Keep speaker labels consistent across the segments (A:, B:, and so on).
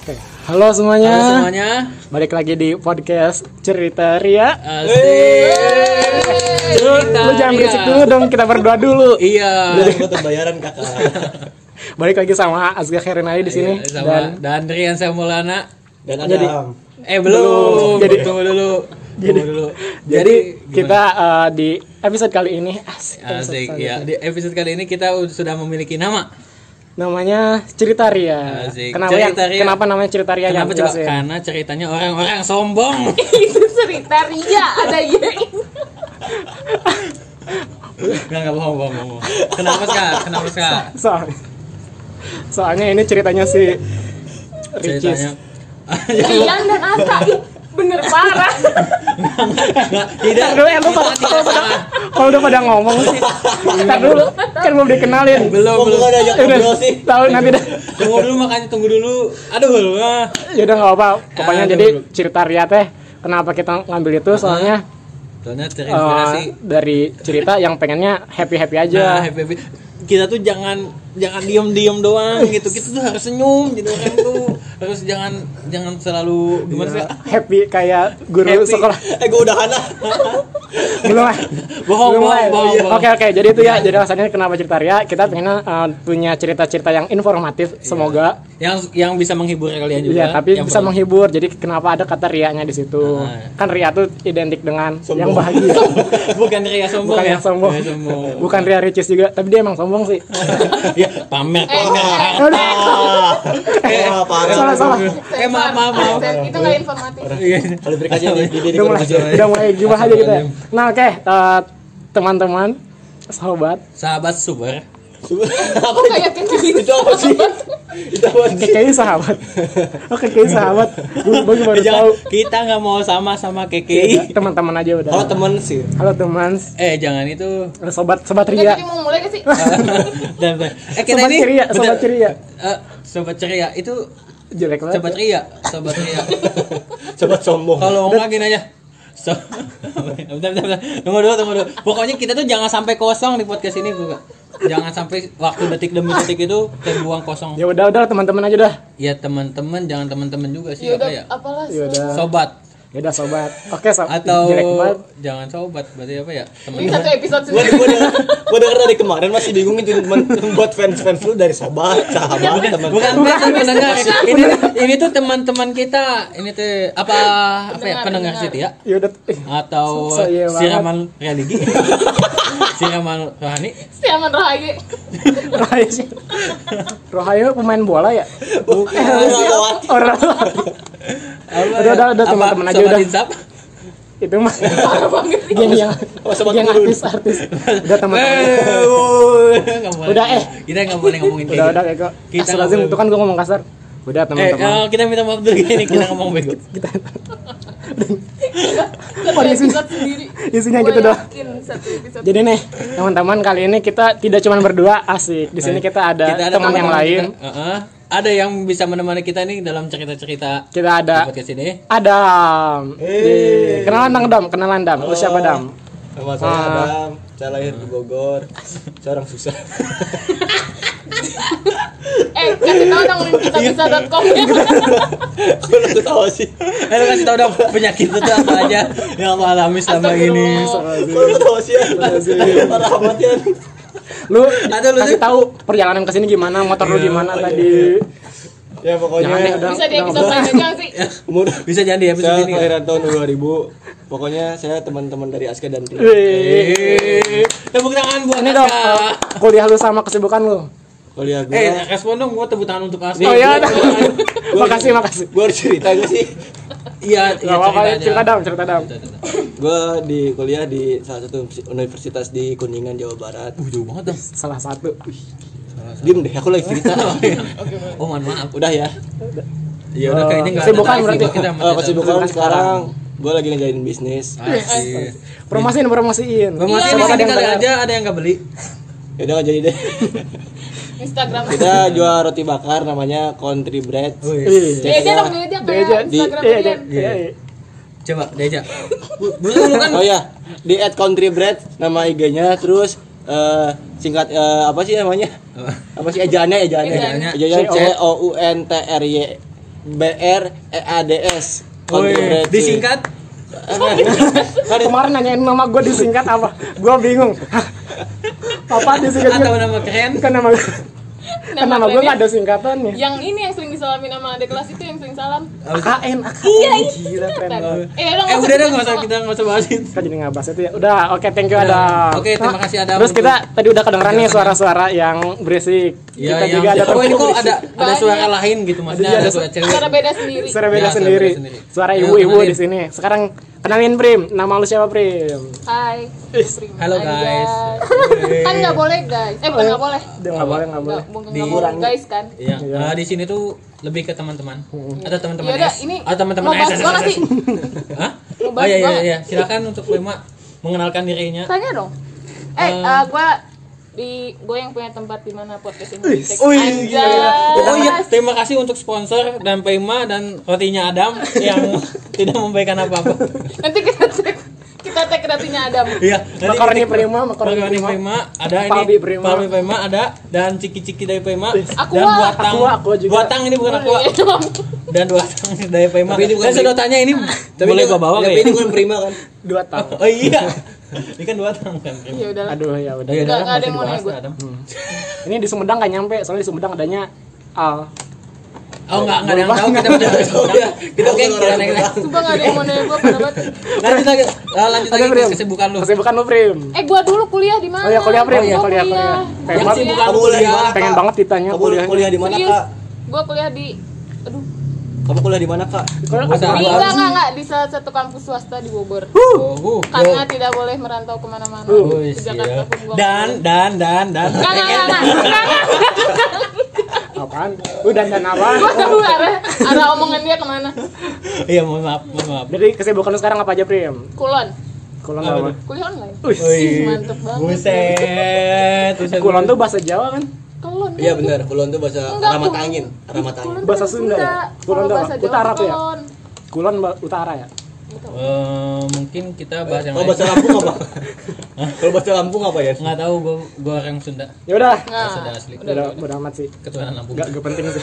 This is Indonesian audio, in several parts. A: Oke, Halo semuanya.
B: Halo semuanya.
A: Balik lagi di podcast Cerita Ria.
B: Asik.
A: Lu, lu jangan berisik dulu dong, kita berdoa dulu.
B: Iya.
C: gue terbayaran kakak
A: Balik lagi sama Azga Khairunai di sini
B: Iya, Sama dan, Rian Samulana.
C: dan ada
A: Jadi-
C: Am.
B: Eh belum.
A: Jadi-
B: Jadi tunggu dulu. Tunggu dulu.
A: Jadi kita eh, di episode kali ini asik, episode
B: Asik
A: kali
B: ya. Di episode kali ini kita u- sudah memiliki nama.
A: ini. Namanya Cerita Ria.
B: Asik.
A: Kenapa yang-
B: Cerita Ria.
A: kenapa namanya Cerita Ria?
B: Kenapa
A: Jangan
B: coba? kan?
A: jelasin.
B: Karena ceritanya orang-orang sombong.
D: itu cerita Ria ada yang
B: Enggak enggak bohong bohong bohong. Kenapa Kak? Kenapa Kak?
A: Soalnya, soalnya ini ceritanya si Ricis.
B: Ceritanya
D: Rian dan Ata Ih, bener parah
B: Enggak, tidak.
A: Ntar dulu ya, lu kalau- kalau pada kalau udah pada ngomong sih. Ntar dulu, kan belum dikenalin.
B: Belum,
C: Kok
B: belum.
C: gak ada
A: Eh,
C: ajak
A: udah,
C: ngobrol sih
A: Tahu nanti dah.
B: Tunggu dulu makanya tunggu dulu. Aduh, ah.
A: Ya udah nggak apa. Pokoknya
B: Aduh.
A: jadi cerita Ria teh kenapa kita ngambil itu soalnya
B: Soalnya
A: eh,
B: terinspirasi
A: dari cerita yang pengennya happy happy
B: Nah,
A: aja.
B: happy happy. Kita tuh jangan jangan diem diem doang gitu. Kita tuh harus senyum jadi orang tuh harus jangan jangan selalu ya. gimana
A: Iya.
B: sih?
A: happy kayak guru
B: Happy.
A: sekolah
C: eh gue udahan lah
A: belum ah.
B: Bohong,
A: Belum,
B: bohong,
A: ah.
B: bohong, bohong.
A: oke oke jadi itu ya jadi alasannya kenapa cerita Ria kita pengen eh, punya cerita-cerita yang informatif semoga
B: Yang yang bisa menghibur kalian juga.
A: Iya, tapi
B: Iya. yang
A: bisa
B: perlu.
A: menghibur. Jadi kenapa ada kata riaknya di situ?
B: Ah.
A: Kan ria tuh identik dengan
C: Sombong.
A: yang bahagia.
B: bukan ria sombong
A: Bukan
B: ya.
A: yang sombong.
B: Bukan sombong.
A: Bukan ria ricis juga, tapi dia emang sombong sih.
B: ya,
D: Eh,
B: pamer pamer.
A: Aduh,
C: ah Wah, parah
A: salah salah.
B: Eh, maaf, maaf, maaf.
D: Sensor. itu nggak informatif
B: Iya.
C: kalau berikatnya di di di
A: Udah mulai, udah mulai gimana aja kita. ya. Nah, oke, eh, teman-teman, sobat,
B: Sahabat super.
D: aku kayak kecil
C: itu apa sih itu apa sih
A: kayaknya sahabat. Oke, kayaknya sahabat. Gue gue baru
B: Eh, jangan, Iya,
A: tahu.
B: kita nggak mau sama sama
A: Ya,
B: KKI.
A: Teman-teman aja udah.
C: kalau temen sih
A: Halo teman,
B: Eh jangan itu.
A: sobat sobat
D: Nggak,
A: ria.
D: jadi mau mulai gak sih
B: Dan, eh kita
A: Sobat
B: ini
A: ceria, sobat
B: bentar.
A: ceria.
B: Eh, sobat ceria itu
A: Jelek banget.
B: sobat ria, sobat ria.
C: coba
A: Oh,
C: sombong
B: Kalau enggak gini aja. So, bentar, bentar, bentar. Tunggu dulu, tunggu dulu. Pokoknya kita tuh jangan sampai kosong di podcast ini, Bu. Jangan sampai waktu detik demi detik itu terbuang kosong.
A: Ya udah udah teman-teman aja udah.
B: Ya teman-teman, jangan teman-teman juga sih apa
D: yaudah
B: ya?
D: apalah
A: Ya udah.
B: Sobat
A: Ya udah sobat. Oke, sob-
B: atau
A: jelek banget.
B: jangan sobat berarti apa ya? Teman.
D: ini satu episode
C: gue
D: sendiri
C: gue denger gue denger dari kemarin masih bingung itu men- buat fans fans lu dari sahabat sahabat teman
B: Bukan bukan pendengar. Ini ini tuh teman-teman kita. Ini tuh apa apa ya?
D: Pendengar,
B: Pendengar
D: pendengar.
B: setia
A: Ya udah. eh,
B: atau
A: So- so iya banget.
B: siraman religi. siraman rohani.
D: Siaman Rahayu
A: Rahayu sih. Rahayu pemain bola ya?
C: bukan orang lewat
A: Orang Udah,
B: Apa ya?
A: udah, udah,
B: Apa,
A: teman-teman aja,
B: sobat
A: udah.
B: insaf?
A: itu mah
B: Iya,
A: geng yang
C: Oh, sobat
A: geng
C: gurun.
A: artis-artis. Udah teman-teman.
B: Eh, wuh, nggak boleh.
A: Udah, eh.
B: Kita nggak boleh ngomongin kayak
A: Udah udah
B: gitu.
A: Eko.
B: Kita
A: Kita lazim
B: nggak
A: itu kan gua ngomong kasar. Udah
B: Eh,
A: teman-teman.
B: eh, kita minta maaf dulu ini kita ngomong bego.
D: satu episode sendiri
A: Isinya
D: Gua
A: gitu doang.
D: yakin satu episode
A: Jadi nih, teman-teman kali ini kita tidak cuma berdua asik. Di sini kita ada,
B: Eh, Kita ada
A: teman yang lain.
B: kita. Heeh. ada yang bisa menemani kita nih dalam cerita-cerita
A: Kita, ada
B: di podcast ini.
A: Adam.
B: Eh.
A: Di- Kenalan dong Dam, kenalan Dam. Lu
B: Oh.
A: siapa Dam?
C: sama saya Adam saya lahir di Bogor saya orang susah
D: eh kasih tau dong link kita bisa.com ya
C: gue lu tahu sih
B: Eh, lu kasih tau dong penyakit itu tuh apa aja yang lo alami selama ini.
C: gue lu tahu sih orang amat ya
A: Lu
B: Ada lu Iya,
A: kasih
B: sih.
A: tahu perjalanan ke sini gimana, motor lu gimana tadi.
B: iya.
C: ya
A: Jangan deh,
C: pokoknya
A: udah.
D: bisa di episode selanjutnya nggak sih
C: umur
B: Bisa jadi ya
C: saya
B: episode ini. ya?
C: kelahiran tahun 2000 pokoknya saya teman-teman dari Aska dan Tia
A: Wih.
B: Eh, Tepuk tangan buat
A: Ini
B: Aska.
A: dong, eh, kuliah lu sama kesibukan lu.
C: kuliah gue
B: Eh, respon dong gua tepuk tangan untuk Aska.
A: Oh iya,
B: Tepuk
A: Dam.
B: tangan.
A: makasih makasih.
C: gue harus cerita gue sih
B: Iya,
A: Gak apa-apa,
B: iya
A: cerita dam, cerita dam.
C: gue di kuliah di salah satu universitas di Kuningan Jawa Barat
B: Uh, jauh banget dong.
A: Salah satu.
C: diem deh aku lagi cerita
B: Oh, mohon maaf.
C: udah ya
B: Ya udah
A: Eh,
B: kayaknya enggak
A: kesibukan berarti. Oh,
B: Kita
C: Eh, kesibukan sekarang gue lagi ngejain bisnis
B: Asik.
A: Promosiin, promosiin. Iya,
B: Promosi di
A: Semoga
B: sini
A: ada yang
B: kali
A: dengar.
B: Iya, aja ada yang nggak beli.
C: ya udah nggak jadi deh
D: Instagram
C: kita jual roti bakar namanya country bread
A: Wih.
D: Eh, Dia aja dong dia aja
A: Dia aja,
D: Instagram
A: dia aja.
D: Rian
A: Iya, iya.
B: Coba diajak. Bu- Dulu lu kan
C: Oh ya, di at Country Bread nama IG-nya terus eh, singkat eh, apa sih namanya? Apa sih ejaannya ejaannya?
B: Ejaannya.
C: Ejaannya C O U N T R Y B R E A D S. Country
B: Woi,
C: Bread, cuy.
B: disingkat
A: Kemarin nanyain nama gue disingkat apa? Gue bingung. Hah? apa
B: atau
A: disingkatnya?
B: nama keren.
A: Kan nama gue. Kan nama gue
D: kerennya-
A: gak ada singkatannya.
D: Yang ini yang sering disalamin sama ada kelas itu yang sering salam.
A: AKN, AKN.
D: Iya, iya,
A: Gila, keren
D: singkatan.
A: banget.
D: Eh, udah
B: Eh
D: nggak
B: udah
D: usah
B: dong nggak usah kita nggak usah bahas itu.
A: Kan jadi nggak bahas itu ya. Udah, oke, thank you Adam. Ah,
B: Oke, terima kasih, Adam,
A: Terus kita
B: untuk-
A: tadi udah kedengeran nih suara-suara yang berisik.
B: Iya,
A: kita
B: yang
A: juga ada
B: oh ini kok ada ada
D: Banyak.
B: suara lain gitu maksudnya
A: Iya,
B: ada
A: ada
B: suara cewek.
D: Cara beda sendiri.
A: suara beda
B: Ya, suara
A: sendiri.
B: beda sendiri. Iya,
A: Suara
B: Ayo,
A: ibu-ibu
B: kenalin.
A: di sini. Sekarang kenalin Prim. Nama lu siapa Prim?
D: Hai.
B: Halo,
D: Hai,
B: guys.
D: Kan nggak boleh guys. Eh bukan nggak boleh.
A: Dia nggak boleh, nggak boleh.
D: Nggak bukan
B: Di-
D: nggak boleh guys kan.
B: Iya. Nah, di sini tuh lebih ke teman-teman atau teman-teman
D: Yaudah,
B: S
D: Iya, ini
B: atau teman-teman
D: mau bahas
B: S.
D: gua nggak sih?
B: Hah?
D: Mau
B: Oh
D: bahas
B: iya iya
D: gua nggak?
B: iya, silakan untuk Lima mengenalkan dirinya.
D: Tanya dong. Eh, eh, gua di gue yang punya tempat di mana podcast ini.
A: Wih,
D: Anjay.
B: Oh iya, terima kasih untuk sponsor dan Pema dan rotinya Adam yang tidak memberikan apa-apa.
D: Nanti kita cek kita cek ratunya Adam.
B: Iya, nanti
A: Makaroni
B: ketik-
A: Prima, makaroni
B: makaroni
A: Prima.
B: Prima, ada ini
A: Palbi Prima.
B: Palbi Prima ada dan ciki-ciki dari Pema
D: Aku
B: dan
D: ah,
B: buatang.
A: aku ah, aku juga.
B: Buatang ini bukan aku ah.
D: Iya,
B: dan buatang dari Pema.
C: Tapi ini bukan
B: Dan
C: Pri-
B: sedotannya ini boleh gua bawa
C: Tapi
B: nggak
C: ini
B: ya?
C: bukan prima kan?
A: Dua tahun.
B: Oh iya. Ini kan buatang kan. Prima.
D: Ya udahlah.
A: Aduh, ya
B: Oh
A: udah.
B: iya,
D: Nggak-
B: udah
D: nggak
B: ada
D: ada yang mau nanya
B: dibahas
D: gua.
B: Adam.
A: Ini di Sumedang nggak nyampe, soalnya di Sumedang adanya ah. Al.
B: Oh enggak, enggak ada yang tahu kita udah tahu. Kita oke, kita naik naik.
D: Sumpah nggak ada yang mau nanya gue pada banget.
B: Lanjut lagi. Ah, Lanjut lagi
A: Oke, Prim.
B: ke kesibukan lu.
A: Kesibukan lu Prim.
D: Eh gua dulu kuliah di mana?
A: Oh iya, kuliah, Prim.
D: Gua
A: Iya, kuliah, kuliah.
D: Gua
A: Pengen
B: Yang
A: banget.
B: kesibukan
C: Kamu
B: lu
C: kuliah di
B: ya.
C: mana? Kak?
A: Pengen banget ditanya
C: Kamu
A: kuliahnya.
C: kuliah di mana,
D: Serius,
C: Kak?
D: gue kuliah di aduh
C: Kamu kuliah di mana, Kak?
A: Kalau
B: Bahasa
A: ada-
D: di
B: Bogor.
D: enggak enggak enggak di salah satu kampus swasta di Bogor
B: Oh,
D: karena tidak boleh merantau kemana-mana
B: Oh,
D: ke
B: iya.
D: Jakarta pun gue
B: Dan dan dan dan.
D: enggak enggak enggak enggak
A: apaan? Lu dan dan apaan?
D: gue tahu arah arah omongan dia kemana
B: Iya, mohon maaf, mohon maaf.
A: Jadi kesibukan lu sekarang apa aja Prim?
D: kulon
A: Kulon
B: Apa
A: apa?
B: tuh?
D: kuliah online
B: Wih,
D: mantep banget.
B: Buset, buset.
A: Kulon tuh bahasa Jawa kan?
D: kulon
C: Iya benar, kulon tuh bahasa
D: Enggak,
C: ramat
D: kulon.
C: angin, ramat angin.
A: Bahasa Sunda ya? Kulon
D: kulon
A: apa?
D: bahasa Jawa
A: Utara tuh ya?
D: kulon
A: Kulon ba- utara ya?
B: Eh, mungkin kita bahas yang lain.
C: Kalau Oh, bahasa Lampung apa? Kalau bahasa Lampung apa ya?
B: Nggak tahu gua gua orang Sunda.
A: Ya udah.
D: nah
B: Sudah asli.
A: Udah, udah amat sih.
B: Ketuhanan Lampung.
A: Gak, gak penting sih.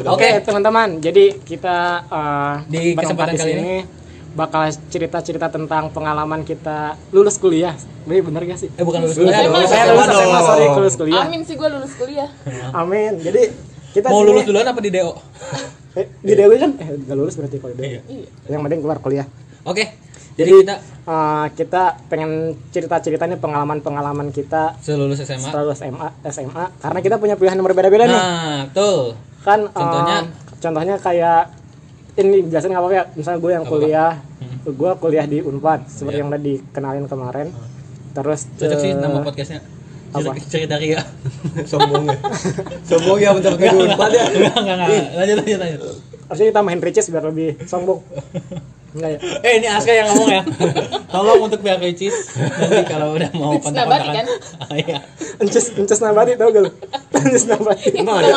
A: Oke,
B: Oke.
A: teman-teman. Jadi kita eh,
B: Di
A: berempat
B: kesempatan
A: di
B: kali
A: sini bakal cerita-cerita tentang pengalaman kita lulus kuliah. Ini bener gak sih?
B: Eh, bukan lulus
C: Lulus.
B: kuliah.
D: Emang?
B: lulus.
A: Saya lulus
C: SMA
A: SMA,
C: dong.
A: sorry, lulus
C: Iya.
A: kuliah.
D: amin sih gue lulus kuliah
A: Amin. Jadi kita di
B: Mau
A: sini-
B: lulus duluan apa di DO?
A: Eh, di Dewi kan eh gak lulus berarti kalau Dewi.
B: Iya.
A: Yang penting keluar kuliah.
B: Oke. Jadi kita
A: eh, kita pengen cerita-cerita nih pengalaman-pengalaman kita
B: selulus SMA.
A: setelah lulus SMA, SMA karena kita punya pilihan yang berbeda-beda nih.
B: Nah, betul.
A: kan eh,
B: Contohnya?
A: contohnya kayak ini jelasin nggak apa-apa ya misalnya gue yang kuliah
B: Hmm.
A: gue kuliah di Unpad seperti yang udah dikenalin kemarin terus
B: Iya. Ah. Cocok sih
A: eh,
B: nama podcastnya. Cerita,
A: Apa?
B: cerita Ria.
C: Sombong ya. Sombong ya bentar ke empat ya.
B: Enggak, enggak, enggak. Lanjut, lanjut, lanjut.
A: harusnya kita main riches biar lebih sombong Nggak ya?
B: Eh, ini Aska yang ngomong ya. Tolong untuk pihak Ricis nanti kalau udah mau
D: Ricis Nabati,
B: kontak-kontakan. Iya.
A: Ences, ences nabati tau gak lu? Ences nabati Iya,
C: Emang ada?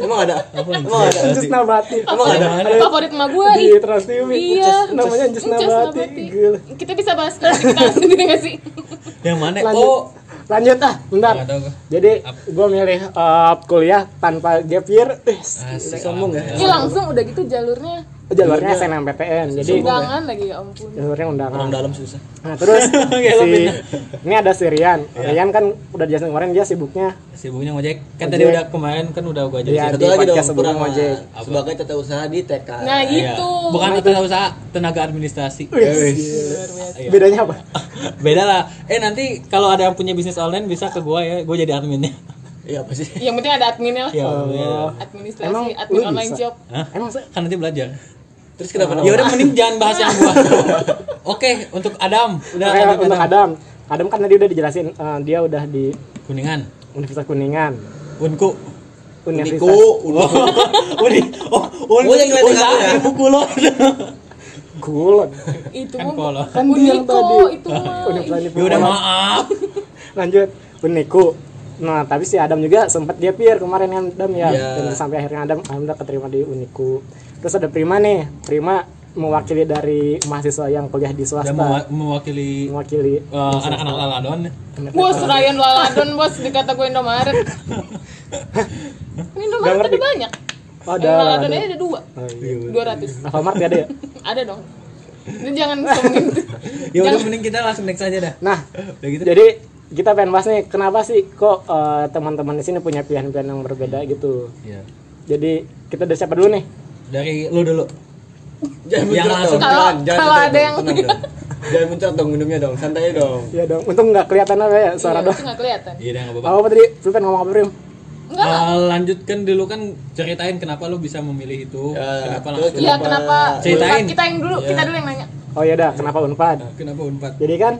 C: Emang ada? Emang ada?
A: Ences nabati
C: Emang ada?
D: favorit emak gue
A: Di Trans TV
D: kan Iya.
A: Namanya Ences
D: Encas
A: nabati
D: Nabati.
A: Gila.
D: kita bisa bahas kelas kita sendiri nggak sih
B: Yang mana?
A: Lanjut
B: Oh,
A: Lanjut ah, bentar
B: Nggak tahu gua.
A: Jadi gue milih eh, kuliah tanpa gap year Eh,
B: Asik,
A: sombong ya
C: Iya.
D: Ini langsung udah gitu jalurnya
B: Oh,
A: jalurnya SNMPTN jadi
D: undangan lagi ya ampun.
A: jalurnya
C: Orang
A: undangan
C: dalam susah.
A: nah terus
B: Kayak lo
A: si,
B: pindah.
A: ini ada si Rian
B: Iya.
A: Rian kan udah jelasin kemarin dia sibuknya
B: sibuknya ngojek. Kan tadi
A: Ngojek.
B: udah kemarin kan udah gua aja.
A: Iya.
C: Satu
A: Di
C: lagi dong
A: podcast sebelum
C: kurang
A: ojek.
C: sebagai tata usaha di TK.
D: Nah, gitu.
B: Iya. Bukan tenaga usaha, tenaga administrasi.
A: Iya. bedanya apa
B: Beda lah. Eh nanti kalau ada yang punya bisnis online bisa ke gua ya, gua jadi adminnya.
C: Iya apa sih?
D: Yang penting ada adminnya lah.
B: Ya,
A: Oh.
B: Allah.
D: Administrasi,
A: Emang
D: admin
A: lu
D: online
A: bisa?
D: job.
B: Hah?
A: Eh, emang se-
B: Kan nanti belajar.
C: Terus kenapa
B: Ya udah mending jangan bahas yang gua. Oke, untuk Adam, udah
A: Oke,
B: lanjut
A: untuk
B: Adam.
A: Adam Adam kan tadi udah dijelasin eh, dia udah di
B: Kuningan,
A: Universitas Kuningan
B: Unku.
A: Universitas
C: Uniku, Uniku.
B: Uni, oh, Unku
C: Gua yang ngeliatin
B: usaha
C: kamu ya.
B: ibu kulon.
A: Kulon
D: Itu
B: Kan
D: mah.
B: kolon.
A: kan dia yang
D: Uniko
A: tadi
D: itu mah.
A: Universitas
B: Ya udah
A: Kulon.
B: maaf.
A: lanjut Uniku nah tapi si Adam juga sempat dia peer kemarin kan Adam ya
C: Iya.
A: Dan sampai akhirnya Adam alhamdulillah keterima di Uniku terus ada Prima nih Prima mewakili dari mahasiswa yang kuliah di
B: dan
A: swasta
B: mewa- mewakili
A: mewakili
B: eh, anak-anak laladon
D: Bos Ryan Laladon bos dikata gue Indomaret. Ini Indomaret
A: Nggak
D: ada
A: ngerti.
D: banyak.
A: Oh, ada
D: Yang Laladon
A: Laladon.
D: aja ada dua.
A: Oh, iya.
D: Dua ratus.
A: Alfamart nggak ada ya
D: Ada dong. Ini jangan sombong gitu.
B: ya udah mending kita langsung next aja dah
A: nah
B: udah gitu
A: Jadi kita pengen bahas nih kenapa sih kok eh, teman-teman di sini punya pilihan-pilihan yang berbeda gitu.
B: Iya.
A: Jadi kita dari siapa dulu nih?
B: dari lu dulu
C: Jangan
B: Yang
C: muncrat
B: langsung.
C: dong.
D: Kalau-
C: pelan, jangan
D: kalau
C: muncrat
D: ada yang-
C: dong, tenang dong. Jangan muncrat dong minumnya dong, santai aja dong.
A: Ya dong. Untung nggak kelihatan apa ya suara
D: Iya,
A: doang.
D: itu nggak kelihatan.
B: iya dah nggak apa-apa
A: Apa apa tadi? Lu pengen ngomong apa Prim?
D: Enggak. lah.
B: Eh, lanjutkan dulu kan ceritain kenapa lu bisa memilih itu
C: Ya,
B: kenapa
C: terus
B: langsung
D: Iya
C: Kenapa-
D: kenapa?
B: Ceritain. Iya.
D: Unpad Kita yang dulu, kita dulu yang nanya.
A: Oh ya udah, kenapa Unpad?
B: kenapa unpad
A: Jadi kan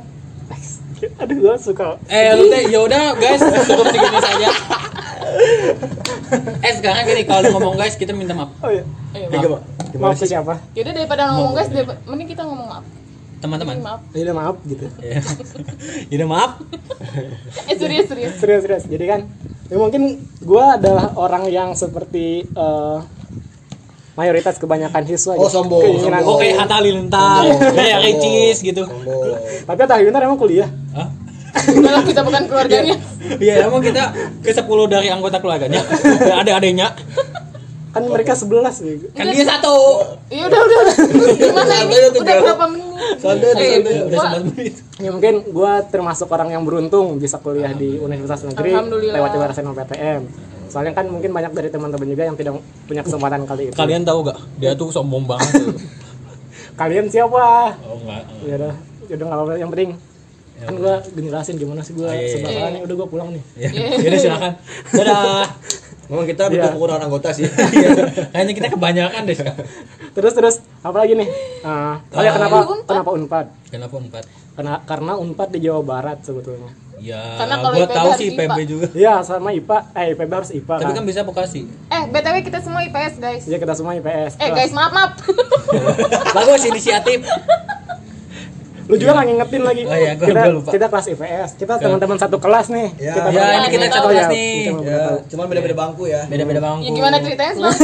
A: aduh gua suka
B: Eh, lu teh ya udah guys, cukup segini saja. eh, sekarang gini kalau lu ngomong guys, kita minta maaf.
A: Oh iya.
D: Ayo.
C: Eh, gimana- gimana
A: Maaf ke siapa?
D: Yaudah daripada ngomong guys, daripada- mending kita ngomong maaf.
B: Teman-teman.
D: Maaf.
A: Ya udah maaf gitu.
B: Ya. Ya udah maaf.
D: Eh serius serius.
A: Serius serius. Jadi kan ya mungkin gua adalah orang yang seperti eh, mayoritas kebanyakan siswa
C: Oh,
A: gitu.
C: sombong,
A: Keinginan-
C: sombong.
B: Oke, Hatta Lintar, kayak Ricis gitu.
C: Sombong.
A: Tapi Atta Halilintar emang kuliah.
B: Hah?
D: Kalau kita bukan keluarganya.
B: Iya, emang kita ke 10 dari anggota keluarganya. Nggak ada adanya.
A: Kan mereka 11 gitu.
B: Kan dia satu.
D: Ya udah udah. udah. Gimana
C: Santai
D: ini?
C: aja tuh,
D: Udah
C: Bel.
D: berapa menit?
C: Santai aja,
B: Eh,
C: santai.
B: udah 11 menit.
A: ya mungkin gue termasuk orang yang beruntung bisa kuliah di universitas negeri
D: Alhamdulillah.
A: lewat jalur SNMPTN soalnya kan mungkin banyak dari teman-teman juga yang tidak punya kesempatan kali itu
B: Kalian tahu gak? Dia tuh sombong banget. tuh.
A: Kalian siapa
B: Oh, enggak.
A: ya udah ya udah nggak apa-apa yang penting kan gue jelasin gimana sih gue
B: Ya Ah, iya, iya.
A: sebenarnya nih udah gue pulang nih
B: Ya, ya udah silakan. Dadah.
C: Memang kita butuh
A: Iya.
C: pengurangan anggota sih.
B: Iya. Kayaknya kita kebanyakan deh. Kak.
A: terus terus apa lagi nih Ah, oh ya
B: Ah.
A: kenapa
D: Unpad.
A: kenapa unpad
B: Kenapa empat?
A: karena karena unpad di Jawa Barat sebetulnya
B: Ya,
D: Karena kalau
B: gua
D: IPB
B: tahu
D: harus
B: sih
D: IPA.
B: PB juga.
A: Iya sama IPA eh IPB harus IPA
B: Tapi
A: kan
B: kan bisa Bekasi.
D: Eh btw kita semua IPS guys.
A: Iya kita semua IPS
D: Eh
A: Lah,
D: guys maaf maaf.
B: Bagus inisiatif.
A: Lu juga nggak ngingetin lagi.
B: Oh iya, gua-
A: kita,
B: gua lupa.
A: kita kelas IPS. Kita teman-teman satu kelas nih.
C: Ya.
A: kita
B: Ya,
A: berempat.
B: ini kita
A: Oh,
B: satu
A: ya,
B: kelas nih.
A: kita berempat.
C: ya, cuman
A: Iya.
C: beda-beda bangku ya.
B: Beda-beda bangku.
D: ya gimana ceritanya selalu?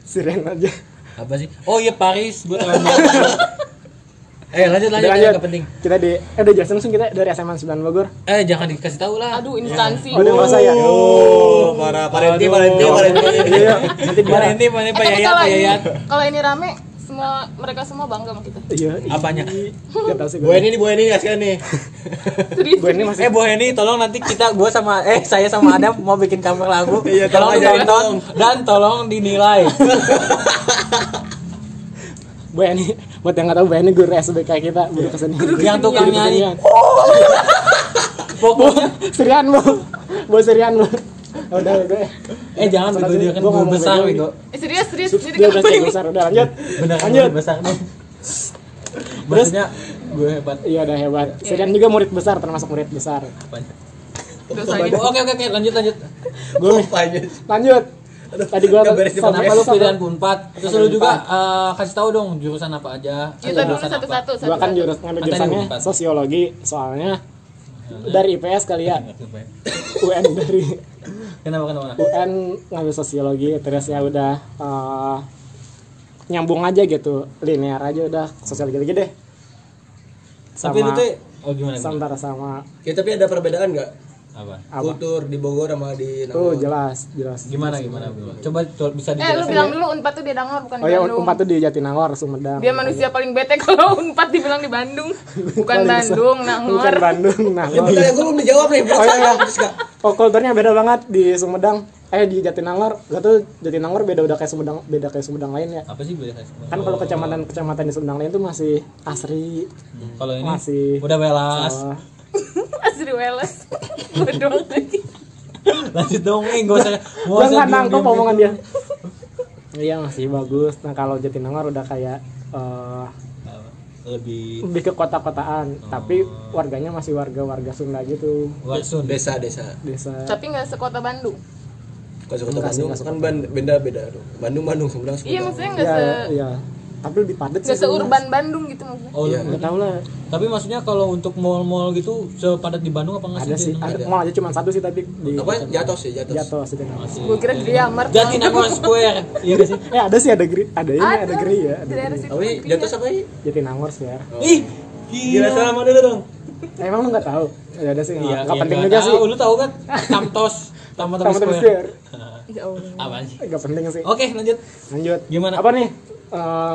A: Siren aja.
B: Apa sih? Oh iya Paris, gua terlalu malu. Eh lanjut lanjut,
A: Udah
B: lanjut. Gak penting.
A: Kita di eh udah jelasin langsung kita dari SMA 9 Bogor.
B: Eh jangan dikasih tahu lah.
D: Aduh instansi.
A: Oh, udah enggak usah ya.
C: Oh, para parenti, parenti, parenti.
A: Iya, iya. nanti dia.
B: Mana ini mana
D: Eh,
B: Pak
D: tapi
B: Yayat,
D: kalau
B: Pak
D: ini
B: Yayat.
D: kalau ini rame semua mereka semua bangga sama kita.
A: Iya.
B: Apanya?
A: Enggak tahu sih
C: Bu
A: gue.
C: ini nih, Bu ini nih, kasihan nih.
D: Serius.
A: Gue ini masih
B: Eh Bu Heni, tolong nanti kita gua sama eh saya sama Adam mau bikin cover lagu.
C: Iya,
B: tolong
C: tolong aja,
B: ditonton dan tolong dinilai.
A: Bu ini buat yang nggak tahu Bu ini guru SBK kita, guru kesenian. Oh.
B: Yang tukang
A: Guru
B: nyanyi.
A: kesenian. Bu,
B: Pokoknya
A: serian Bu. Bu serian Bu. Ya Udah gue.
B: eh jangan
A: Salah
B: begitu dia
A: sih,
B: kan
A: gua
B: guru
A: ngomong
B: besar
A: bego.
B: Wigo.
D: Eh, serius serius jadi
A: Dia
D: kan
A: udah cek besar udah lanjut.
B: Beneran
A: Lanjut.
B: guru besar nih. Maksudnya gue hebat.
A: Iya udah hebat. Serian juga murid besar termasuk murid besar.
B: Apanya?
D: dosanya.
B: Oke oke oke lanjut lanjut.
A: Gue
C: Lanjut.
A: lanjut. Tadi gua
C: Udah beres di
A: sama-
B: Kenapa lu
A: sama-
B: pilihan Unpad? Terus lu juga eh, kasih tahu dong jurusan apa aja.
D: Kita dulu
B: Jurusan apa.
D: satu-satu
A: gua kan
D: satu-satu.
A: jurus ngambil
B: Katanya
A: jurusannya
B: empat.
A: sosiologi soalnya dari IPS kali ya
B: Iya.
A: UN dari
B: Kenapa kenapa?
A: UN kan ngambil sosiologi terus ya udah eh, nyambung aja gitu linear aja udah sosiologi lagi deh
B: Tapi lu tuh oh gimana? gimana?
A: antara sama
C: Ya, tapi ada perbedaan nggak?
B: Apa?
A: Apa?
C: Kultur di Bogor sama di
A: tuh
C: Nangor.
A: jelas jelas
B: Gimana gimana? gimana? Coba co- bisa
D: Eh lu
B: dijelasin.
D: bilang dulu unpad tuh di Dangor bukan
A: oh
D: di
A: ya
D: Bandung.
A: empat tuh di Jatinangor Sumedang
D: Dia manusia paling bete kalau unpad dibilang di Bandung. Bukan Bandung,
A: bukan
D: Nangor.
A: Bandung
C: Ya,
A: Nangor
C: bentar ya, gue belum dijawab nih.
A: iya. Oh iya, iya.
C: Terus, Kak.
A: Oh kulturnya beda banget di Sumedang. Eh di Jatinangor, gak tuh Jatinangor beda udah kayak Sumedang, beda kayak Sumedang lain ya.
B: Apa sih beda
A: Kan kalau kecamatan-kecamatan di Sumedang lain tuh masih asri,
B: Kalau ini
A: masih
B: udah belas.
A: eh,
D: Asri Welas. Gua doang lagi.
B: Lanjut dong, eh enggak usah. Enggak
A: Gua
B: usah
A: nggak
B: diem,
A: nangkep
B: diem.
A: omongan dia. Iya masih bagus. Nah kalau Jatinangor udah kayak eh,
B: Apa? Lebih
A: lebih ke kota-kotaan, tapi warganya masih warga-warga Sunda gitu,
B: Warsun.
C: Desa, desa.
A: desa.
D: Tapi enggak sekota Bandung.
C: Kota Bandung kan ban- beda beda dong. Bandung Bandung Sumedang
D: Iya
C: Sumedang.
D: maksudnya enggak
A: Iya,
D: se
A: iya. tapi lebih padat
D: Gak
A: sih
D: seurban Bandung gitu maksudnya.
B: Oh,
A: nggak tahu lah
B: tapi maksudnya kalau untuk mall-mall gitu sepadat di Bandung apa nggak sih?
A: ada sih
B: Din?
A: ada mall aja cuma satu sih tapi di
B: ya?
C: Apa jatuh sih jatuh.
A: jatuh sih kenapa
D: Gue kira dia Amar.
B: Jatinangor Square. Iya nggak sih?
A: eh ada sih ada gri ada ini ada gri ya ada
D: Daerah
A: gri
D: situ.
C: Tapi jatuh siapa sih?
A: Jatinangor sih ya
B: Ih, gila sama dulu dong.
A: Eh, emang lu nggak tahu ya ada sih nggak nggak
B: iya,
A: penting
B: nggak
A: juga sih
B: tahu. Lu tahu kan Tamtos, Tamtos
A: sama terus
B: Square.
D: Ya Allah.
B: Apaan sih?
A: nggak penting sih
B: Oke, lanjut.
A: lanjut
B: Oh, Gimana?
A: apa nih Eh,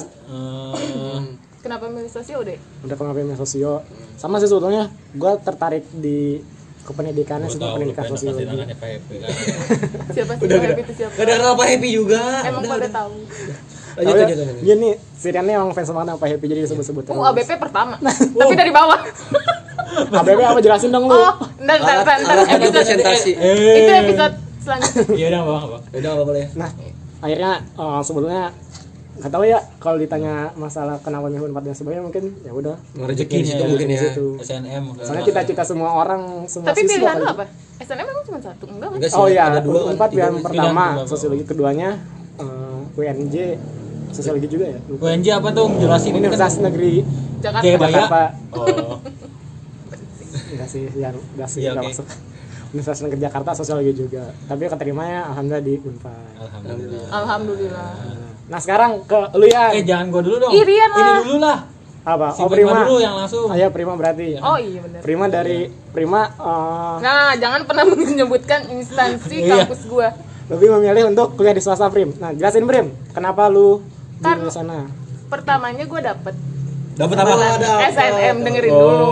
A: unpad
B: eh,
D: Kenapa milih sosio deh?
A: udah pengapain sosio sama sih sebetulnya gue tertarik di kependidikannya
B: Gua
A: sebelum
B: tahu lu
A: pendidikan Iya.
B: pengen pasti tangan
A: sosiologi
B: FYP kan.
D: Siapa sih Happy itu siapa?
C: Gak ada apa happy juga.
D: Emang pada tahu.
A: Tapi ya, iya nih Siriannya emang fans banget sama Pak Happy jadi disebut-sebut
D: Uh,
A: terus.
D: ABP pertama.
A: Nah.
D: Tapi dari bawah.
A: ABB apa jelasin dong lu?
D: Oh, ntar ntar ntar, ntar
C: Alat untuk
D: episode ya.
C: presentasi.
D: itu episode selanjutnya.
B: Iya udah apa apa.
C: Udah nggak ya. boleh.
A: Nah, akhirnya eh, sebelumnya nggak tahu ya kalau ditanya masalah kenapa milih Unpad dan sebagainya mungkin ya udah
B: Rezekinya
C: Ngerejekin situ
B: ya.
C: mungkin
A: di
C: ya.
A: situ.
B: SNM.
A: Soalnya cita-cita semua orang semua
D: Tapi
A: siswa
D: pilihan
A: kali.
D: lu apa? SNM emang cuma satu, enggak kan?
C: Enggak sih.
A: Oh iya,
C: ada dua kan.
A: Unpad
D: ya.
A: pilihan
B: Tiga, tiga,
A: pertama,
B: tiga.
A: sosiologi keduanya eh, UNJ sosiologi juga ya. Lupa.
B: UNJ apa tuh? Jelasin ini kan.
A: Universitas Negeri
D: Jakarta.
B: Jaya Baya.
A: Jakarta.
B: Oh.
A: Enggak sih, ya enggak sih,
B: Iya,
A: enggak
B: oke.
A: masuk. Universitas Negeri Jakarta sosiologi juga. Tapi keterimanya alhamdulillah di
B: Ah.
A: Unpad.
B: Alhamdulillah.
D: Alhamdulillah.
A: Nah, sekarang ke lu ya.
B: Eh jangan gua dulu dong.
D: Ih, Rian
B: Ini
D: lah.
B: dulu lah.
A: Apa?
B: Si
A: Oh,
B: Prima
A: Prima.
B: dulu yang langsung.
A: Ah, ya, Prima berarti.
D: Oh iya benar.
A: Prima dari Prima eh,
D: Nah, jangan pernah menyebutkan instansi
C: Iya.
D: kampus gua.
A: lebih memilih untuk kuliah di swasta Prim. Nah, jelasin Prim, kenapa lu
D: Kan-
A: di sana?
D: Pertamanya gua dapet
B: Dapat apa?
D: SNM dengerin dulu.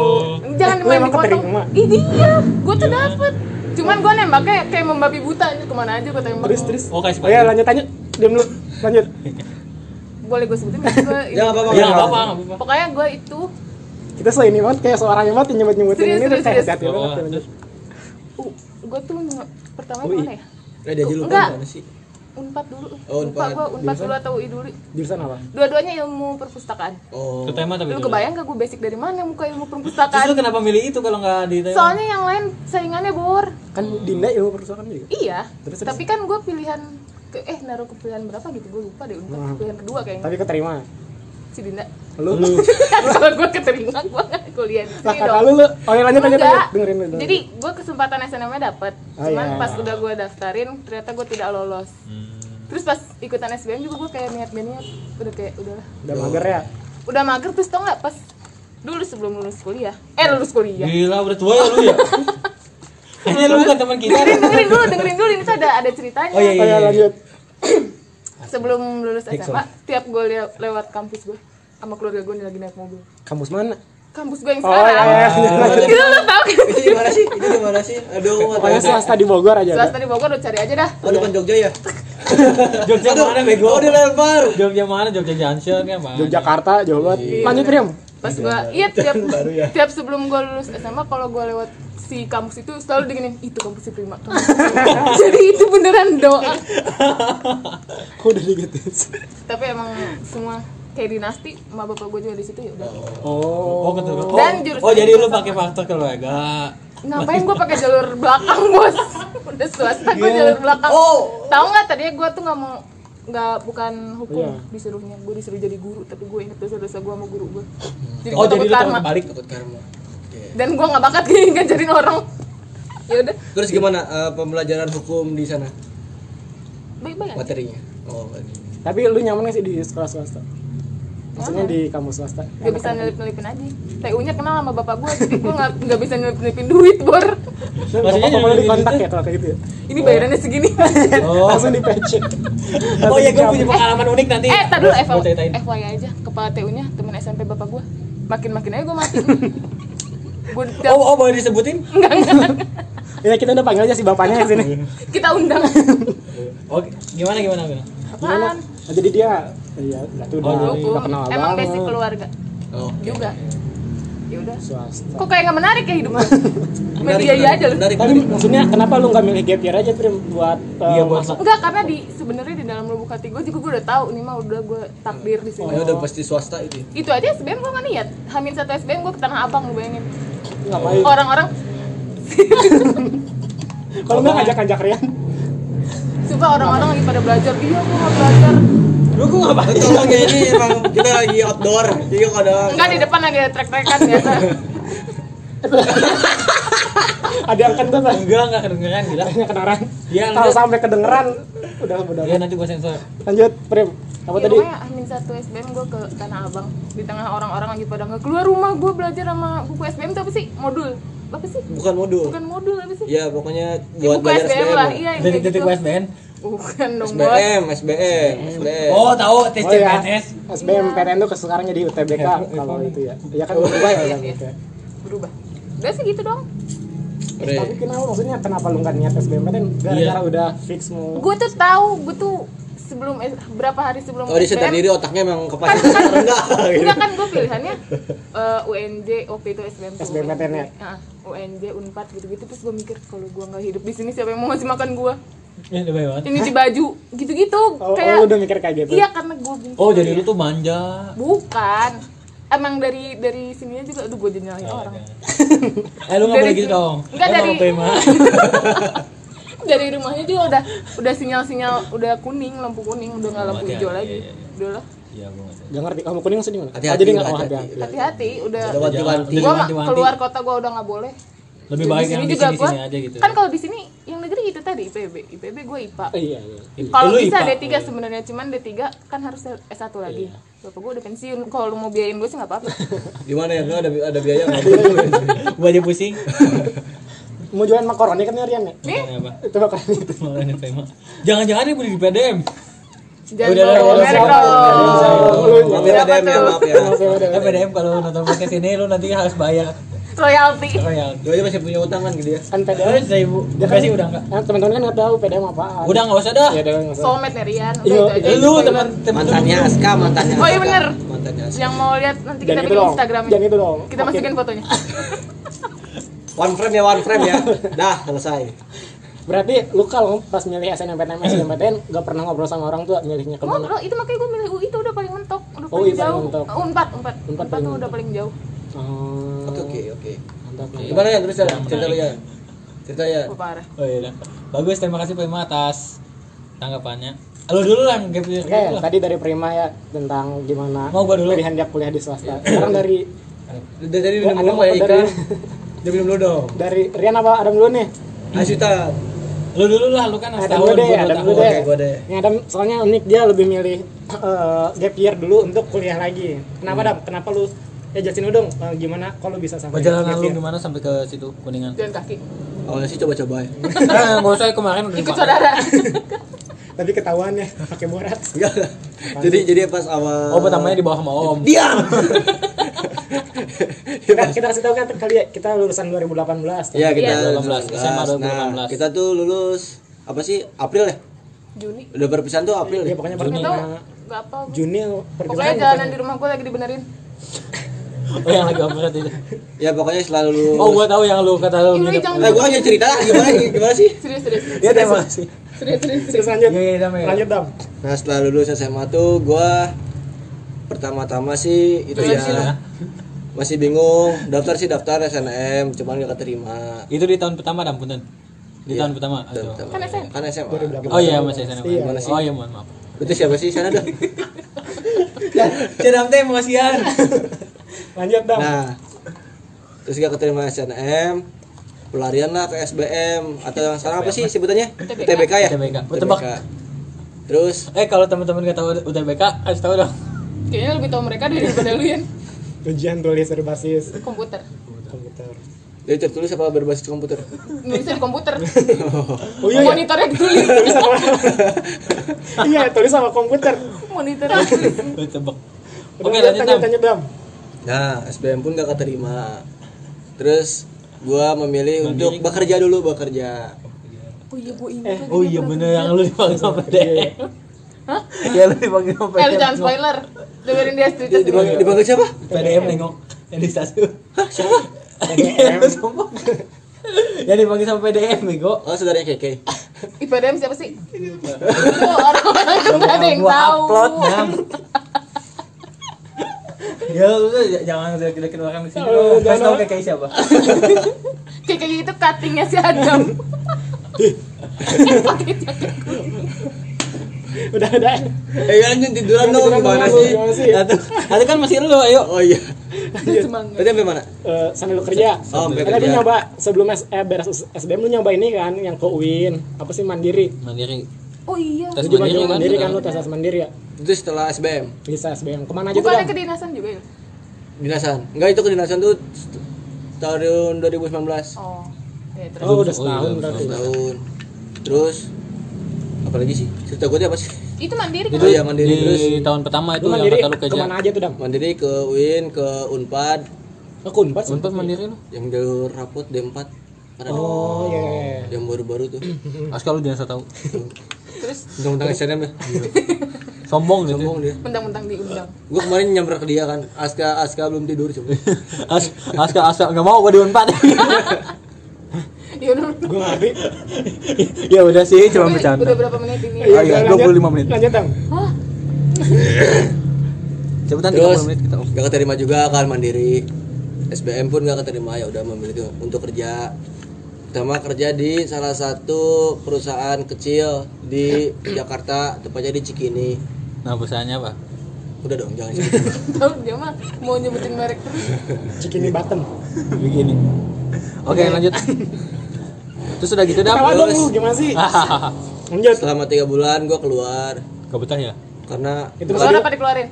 D: Jangan
A: Lu
D: main
A: emang
D: dipotong.
A: keterima?
D: Ih, iya, gua tuh dapet. Cuman gua nembaknya kayak membabi buta aja kemana aja gua tembak.
A: Terus terus.
B: Oke,
A: Oh ya, lanjut lanjut. Diam lu. Lanjut.
D: Boleh gua sebutin nggak sih gua ini?
C: Ya nggak apa-apa.
B: Ya enggak apa-apa,
C: nggak apa-apa.
B: nggak apa-apa.
D: Pokoknya gua itu
A: Kita so ini banget kayak seorang yang banget yang nyebut-nyebutin
D: Serius,
A: ini terus
D: serius,
A: kayak
D: serius.
A: hati-hati banget.
B: Oh,
A: lanjut.
D: uh, gua tuh nge- pertama
A: UI.
D: mana ya?
C: Eh dia aja lupa
D: Enggak.
C: mana sih.
D: Unpad dulu.
C: Oh,
D: Lupa
C: Unpad.
D: gua Unpad dulu atau UI dulu.
A: Jurusan apa?
D: Dua-duanya ilmu perpustakaan.
C: Oh.
B: Itu tema tapi.
D: Lu
B: dulu.
D: kebayang gak gue basic dari mana muka
B: Terus
D: ilmu
B: lu
D: perpustakaan?
B: kenapa milih itu kalau nggak di tema?
D: Soalnya yang lain saingannya bor.
A: Kan Dinda ilmu perusahaan juga.
D: Iya.
A: Terus, terus.
D: Tapi kan gue pilihan ke, eh naruh ke pilihan berapa gitu gue lupa deh untuk
A: Hmm.
D: pilihan kedua kayaknya
A: Tapi keterima.
D: si Dinda.
A: Lu lu.
D: Kalau gue keterima gue nggak kuliah di
A: Lah
D: sini
A: kata
D: Iya dong.
A: lu lu. Oh, ya, lanjut lanjut
D: Enggak.
A: lanjut. Dengerin lu.
D: Jadi gue kesempatan SNM-nya dapet,
A: Oh,
D: cuman
A: iya.
D: pas udah gue daftarin ternyata gue tidak lolos. Terus pas ikutan SBM juga gue kayak niat niat udah kayak udahlah.
A: udah mager ya.
D: Udah mager terus tau nggak pas dulu sebelum lulus kuliah, eh lulus kuliah.
B: Gila udah tua ya lu ya. Hanya lu bukan teman kita.
D: dengerin dengerin dulu dengerin dulu ini tuh ada ada ceritanya
B: iya,
A: Oh, iya. ya, lanjut.
D: sebelum lulus SMA tiap gue le- lewat kampus gue sama keluarga gue lagi naik mobil
A: Kampus mana?
D: kampus gue yang
A: Oh, ya,
D: sekarang
A: ya.
D: Gila, lu tau kan
C: Itu di mana sih? Itu di mana sih? Aduh, nggak tahu.
A: Pokoknya swasta di Bogor aja.
D: jelas tadi Bogor udah cari aja dah
C: Oh, depan Jogja ya?
B: Jogja mana bego?
C: Oh, dilempar.
B: Jogja mana? Jogja Junction ya, Bang.
A: Yogyakarta, Jawa Barat. Lanjut, Prim.
D: pas gue iya tiap
B: ya.
D: tiap sebelum gue lulus SMA kalau gue lewat si kampus itu selalu diginin itu kampus si prima kampus si Prima." jadi itu beneran doa
A: Kok udah digetes?
D: tapi emang semua kayak dinasti emak bapak gue juga di situ ya udah
B: Oh, ketemu. Oh,
D: Dan jurusan
B: oh jadi lu
D: sama.
B: pakai faktor keluarga.
D: Ngapain gue pakai jalur belakang bos? Udah swasta gue
B: Iya.
D: jalur belakang.
B: Oh.
D: Tahu nggak tadinya gue tuh nggak mau nggak bukan hukum
A: Iya.
D: disuruhnya gue disuruh jadi guru tapi gue inget dosa-dosa gue sama guru gue jadi
B: Oh,
D: gue
B: jadi
D: takut
B: lu
D: karma
B: takut balik.
C: Takut karma.
D: dan gue nggak bakat nih ngajarin orang ya udah
C: Terus gimana eh, pembelajaran hukum di sana?
D: baik-baik aja
C: Materinya. Oh, tadi.
A: Tapi lu nyaman gak sih di sekolah swasta? Maksudnya di kampus swasta?
D: gak bisa nyelip-nyelipin aja TU nya kenal sama bapak gue jadi gue nggak nggak bisa nyelip-nyelipin duit bor
A: Maksudnya
B: nyelip-nyelip
A: di kontak
B: itu?
A: ya kalau kayak gitu ya?
D: ini bayarannya segini
B: Oh.
A: Langsung di pecek
B: Oh ya, gue punya pengalaman unik nanti.
D: eh tadi dulu
B: Gua ceritain.
D: FYI FYI aja kepala TU nya temen SMP bapak gue makin-makin aja gue mati gue
B: Oh, oh boleh disebutin?
A: Ya kita udah panggil aja si bapaknya di sini
D: kita undang
B: Oke, Oh, gimana gimana gimana?
D: apaan
A: Nah, Jadi dia Iya, udah tuh udah
B: Oh,
A: udah
D: hukum
A: kenal
D: emang
A: banget
D: basic keluarga
C: Oh.
D: juga ya udah
A: Swasta
D: kok kayak nggak menarik ya hidup gue media iya aja lu
C: Menarik,
A: Tapi
C: menarik.
A: maksudnya kenapa lu gak milih gap year aja Prim buat Iya buat
D: enggak karena di sebenarnya di dalam lubuk hati gue juga gue udah tahu nih mah udah gue takdir di
C: Oh,
D: sini
C: ya udah pasti swasta itu. ya.
D: itu aja SBM gue nggak niat hamin satu SBM gue ke tanah abang lu bayangin
A: ngapain
D: orang-orang
A: Kalau nggak ngajak-ngajak Rian
D: coba orang-orang lagi pada belajar iya gue mau belajar
B: Lu kok nggak pakai?
C: Tolong ya ini emang kita lagi outdoor. Jadi ada
D: Enggak di depan lagi ada trek-trekan biasa.
A: Ada yang kentut lah.
B: Enggak, enggak kedengeran gila.
A: Kayaknya kedengeran.
B: Iya,
A: Kalau
B: lanjut.
A: sampai kedengeran udah udah.
B: Ya nanti gua
D: Eh,
B: sensor.
A: Lanjut, Prim. Apa
D: Ya,
A: tadi?
D: pokoknya Amin satu SBM gue ke Tanah Abang di tengah orang-orang lagi pada nggak keluar rumah gue belajar sama buku SBM itu apa sih modul apa sih
C: bukan modul.
D: bukan modul apa sih
C: Ya pokoknya
D: Ya,
C: buat
D: buku
C: belajar
D: SBM lah
C: SBM.
D: iya yang kayak
B: Titik-titik
D: gitu.
B: USBN.
D: bukan dong bos
C: SBM, SBM, SBM.
B: Oh, tahu
A: Oh ya,
B: TCPNS.
A: SBM PTN tuh sekarang jadi UTBK kalau itu ya. Ya kan berubah ya kan gitu. ya.
D: berubah udah sih gitu dong
C: Re.
A: Tapi kenapa maksudnya kenapa lu nggak niat SBM PTN? Gara-gara udah fix mau
D: gue tuh tahu gue tuh sebelum S- berapa hari sebelum
C: Oh, dia sadar diri otaknya emang kapasitas rendah gitu.
D: Enggak kan gue pilihannya eh, UNJ, OP itu SBM tuh. Iya, ah,
A: SBMPTN ya?
D: Heeh, UNJ, Unpad gitu-gitu terus gue mikir kalau gue nggak hidup di sini siapa yang mau ngasih makan gue?
E: Ya,
B: Eh,
E: udah baik banget.
D: Ini di baju gitu-gitu
A: Oh,
D: kayak
A: oh, lu udah mikir kayak gitu.
D: Iya karena gue
E: Oh, jadi lu tuh manja.
D: bukan emang dari dari sininya juga aduh gue nyalahin
B: Oh,
D: orang
E: Eh, lu nggak boleh
D: Dari-
E: gitu dong.
D: Nggak,
E: Emang
D: dari-
E: apa emang?
D: dari rumahnya juga udah udah sinyal-sinyal udah kuning lampu kuning udah nggak lampu
B: hati-hati,
D: hijau
B: iya,
D: lagi
B: iya, iya.
D: udah lah
B: Iya, gua nggak tahu.
A: Gak ngerti kamu kuning sedih mana?
C: Hati-hati,
A: jadi nggak oh, mau
C: hati-hati.
A: hati-hati.
D: hati-hati udah
C: Ada wanti-wanti.
D: gue
B: Wanti-wanti.
D: keluar kota gue udah nggak boleh
B: Lebih
D: Di
B: baik
D: sini
B: yang di
D: juga
B: sini
D: gua-
B: sini aja gitu.
D: kan kalau di sini yang negeri itu tadi IPB IPB gue IPA
A: Oh, Iya, iya.
D: kalau
B: Eh, Lu
D: bisa
B: IPA.
D: D3 sebenarnya cuman D3 kan harus S1 lagi
B: Iya.
D: bapak gue udah pensiun kalau lu mau biayain gue sih nggak apa-apa
C: Gimana ya? Lu ada ada biaya nggak?
B: Gua aja pusing.
A: Mau jualan makaroni kan ya, Rian ya?
B: Makanya apa?
A: Itu bakal itu.
B: Malah ini tema. Jangan-jangan ibu di PDM.
D: jangan
B: Udah,
D: bawa
B: udah,
D: merek
B: udah,
D: dong
C: Maaf ya,
D: Siapa
C: PDM ya,
D: tuh?
C: maaf ya.
B: Eh PDM kalau nonton podcast ini lu nanti harus bayar
D: royalty
B: royalti.
C: Gue Ya, aja masih punya utang kan ke dia.
A: Kan PDM.
B: Terus ibu,
A: Dia
B: kasih udah enggak?
A: Kan teman-teman kan nggak tahu PDM apaan.
B: Udah enggak usah dah.
A: Ya, udah nggak usah.
D: soulmate nih Rian Udah,
A: Iya,
D: itu aja.
B: Lu teman teman
C: Mantannya Aska, mantannya.
D: Oh, iya
C: Aska.
D: bener.
C: Mantannya Aska.
D: yang mau lihat nanti kita
A: Jangan gitu
D: bikin
A: dong.
D: Instagramnya
A: Jangan gitu dong.
D: kita
A: Makin-
D: masukin fotonya
C: One frame ya, one frame ya. Dah, selesai.
A: Berarti lu kalau pas milih SNMPTN SNMPTN gak pernah ngobrol sama orang tua milihnya kemana?
D: ngobrol itu makanya gue milih UI itu udah paling mentok udah
A: Oh, UI
D: paling
A: paling
D: jauh
A: mentok.
D: Eh, unpad unpad
A: Unpad
D: unpad
A: paling
D: tuh udah paling jauh
A: Oh,
C: Oke, oke, oke.
A: Mantap. mantap.
C: Gimana ya? Terus ya, cerita lu ya. Cerita ya.
D: gue parah
B: Oh iya. dah. Bagus, terima kasih Pema atas tanggapannya. Lu dulu lah gap year
A: Oke,
B: dulu lah.
A: tadi dari Prima ya tentang gimana
B: Mau gua dulu.
A: pilihan dia kuliah di swasta.
C: Iya.
A: Sekarang dari
C: Udah Jadi
A: Ya,
C: minum dulu
A: Adam
C: kayak
A: apa
C: ikan.
A: dari-
C: Dia minum dulu dong.
A: dari Rian apa Adam dulu nih?
C: Asyuta.
B: Lu dulu lah, lu kan harus
A: Adam
B: tahu
A: dulu
B: lu
A: deh,
B: dua
A: Adam dulu
B: tahun.
A: deh.
C: Oke, gua deh.
A: Ini Adam soalnya unik dia lebih milih eh, gap year dulu untuk kuliah lagi. Kenapa
C: Hmm.
A: Adam? Kenapa lu ya jelasin lu dong eh, gimana kalau bisa sampai
B: Perjalanan
A: gap
B: lu
A: year?
B: gimana sampai ke situ Kuningan?
D: jalan kaki
C: Awalnya sih coba-coba ya.
B: Ah, enggak usah kemarin udah
D: ikut
B: dipakai.
D: saudara
A: Tapi ketahuan ya pakai borat.
C: Enggak. Jadi jadi pas awal
B: Oh, pertamanya di bawah sama Om.
C: diam.
A: Kita kita kasih tahu kan kali ya kita lulusan 2018.
C: Iya, kita
D: Iya.
B: 2018, SMA
C: Nah,
B: 2018.
C: kita tuh lulus apa sih? April ya?
D: Juni
C: Udah perpisahan tuh April
A: Ya
B: Iya,
C: ya.
A: pokoknya
D: nggak
A: pertama
D: tahu nggak apa gua.
A: Juni
D: pokoknya
A: perpisahan
D: jalanan di rumah gue lagi dibenerin
B: Oh, yang lagi operat itu.
C: Ya pokoknya setelah lulus.
B: Oh, gua tahu yang lu kata lu gitu.
D: ini
B: nginep.
D: jangan
C: Eh, gua hanya cerita gimana gimana sih?
D: serius serius
C: Ya terima kasih.
D: serius serius
A: Iya, Terus lanjut.
B: Iya, iya, sama ya.
A: Lanjut Dam.
C: Nah setelah lulus SMA tuh gua pertama-tama sih itu
B: Iya.
D: Lulus sih
C: ya masih bingung daftar sih daftar SNM cuman gak keterima
B: Itu di tahun pertama dan punten. Di tahun pertama.
C: Tahun
B: aduh.
C: pertama.
D: Kan SMA.
C: kan SMA
B: Oh iya, masih sana.
A: Iya,
C: iya.
B: Oh iya, mohon maaf.
C: itu siapa sih sana dah
B: Ceram teh emosian.
A: Lanjut Dam.
C: nah terus gak keterima SNM pelarian lah ke SBM atau yang sekarang apa sih sebutannya UTBK ya
B: UTBK. Tebak.
C: terus
B: Eh, kalau teman-teman nggak tahu UTBK, harus tahu dong.
D: kayaknya lebih tau mereka deh daripada lu ya
A: Ujian tulis berbasis
D: komputer
A: komputer.
C: dia tertulis apa berbasis komputer
D: nulisnya di komputer
A: Oh iya, iya.
D: monitornya ditulis
A: tulis sama Iya, tulis sama komputer.
D: monitornya ditulis
B: Tebak.
A: Udah,
B: Oke, lanjut Tam.
A: lanjut Dam.
C: nah SBM pun gak keterima terus gua memilih untuk bekerja dulu bekerja
D: oh iya gue ingat
B: Oh iya bener yang lu dipanggil sama DM.
D: Hah?
B: Ya lu dipanggil sama
D: eh lu
B: DM.
D: jangan spoiler dengerin dia cerita
C: Di- dipanggil dipanggil siapa
B: PDM nengok yang di stasiun.
C: Hah, siapa
B: Ya, lu sumpah. Yang dipanggil sama PDM Bego.
C: oh saudaranya Keke
D: IPDM siapa sih? Itu orang-orang kan gak ada yang
B: Gua
D: tahu
B: upload Nyam. Ya lu tuh j- jangan jelek-jelekin orang di sini.
A: Oh,
B: dong. Kasih
A: jangan.
B: tau kayak siapa.
D: Kayak kayak gitu cuttingnya si Adam Eh, pakai jaket kuning.
A: udah udah
C: Eh lanjut tiduran dong
A: Tiduran
C: gimana
A: dulu,
C: sih?
A: gimana sih?
C: Satu.
F: Tadi kan masih lu, ayo.
C: Oh iya.
D: semangat
C: Berarti sampai mana?
A: Eh, sambil lu kerja
C: Oh, sambil
A: karena gue
C: kerja.
A: nyoba sebelum S- eh, beres SBM lu nyoba ini kan yang ke UIN apa sih mandiri
F: Mandiri.
D: oh iya
F: Tes
A: lu juga
F: mandiri
A: mandiri,
F: kan?
A: kan lu tes mandiri ya
C: Itu setelah SBM.
A: bisa SBM kemana aja tuh
D: bukannya
A: Bang?
D: kedinasan juga ya
C: Dinasan. Enggak itu kedinasan tuh st- tahun 2019.
D: oh ya terus
A: oh udah setahun berarti
C: Tahun. Terus apa lagi sih? Cerita gue tuh apa sih?
D: itu mandiri
C: Itu
D: kan
C: ya mandiri
F: Di
C: terus
F: tahun pertama
A: lu
F: itu yang
A: mandiri
F: kata lu kerja.
A: kemana aja tuh dam
C: mandiri ke UIN, ke Unpad,
A: ke Unpad
F: Unpad mandiri lu.
C: yang jalur rapot D4. Ada
A: oh iya iya, iya.
C: yang baru-baru tuh.
F: Askal lu jangan tahu.
D: terus
C: Tentang SNM ya.
F: Sombong gitu.
C: Sombong dia.
D: mentang-mentang diundang
C: Gue kemarin nyamper ke dia kan. Aska Aska belum tidur coba.
F: As Askal Askal enggak mau gua di Unpad.
D: ya udah
A: gue ngerti
F: ya udah sih, cuma
D: Tapi udah
F: bercanda.
D: berapa menit ini
F: Iya, iya,
A: lanjut.
F: 25 menit.
A: lanjut dam
F: Cepetan 30
C: Terus
F: Kan menit kita. off.
C: nggak keterima juga kan mandiri. SBM pun nggak keterima ya udah memilih tuh untuk kerja. Pertama kerja di salah satu perusahaan kecil di Jakarta, tepatnya di Cikini.
F: Nah, pesannya apa?
C: Udah dong, jangan sebut.
D: tahu dia mah mau nyebutin merek terus
A: Cikini Bottom
F: Begini. Oke, lanjut. Terus Ah. udah gitu dah.
A: ketawa dong lu gimana sih lanjut
C: Selama tiga bulan gue keluar
F: Gak betah ya?
C: karena
A: itu
D: keluar
A: maksudnya
D: apa dikeluarin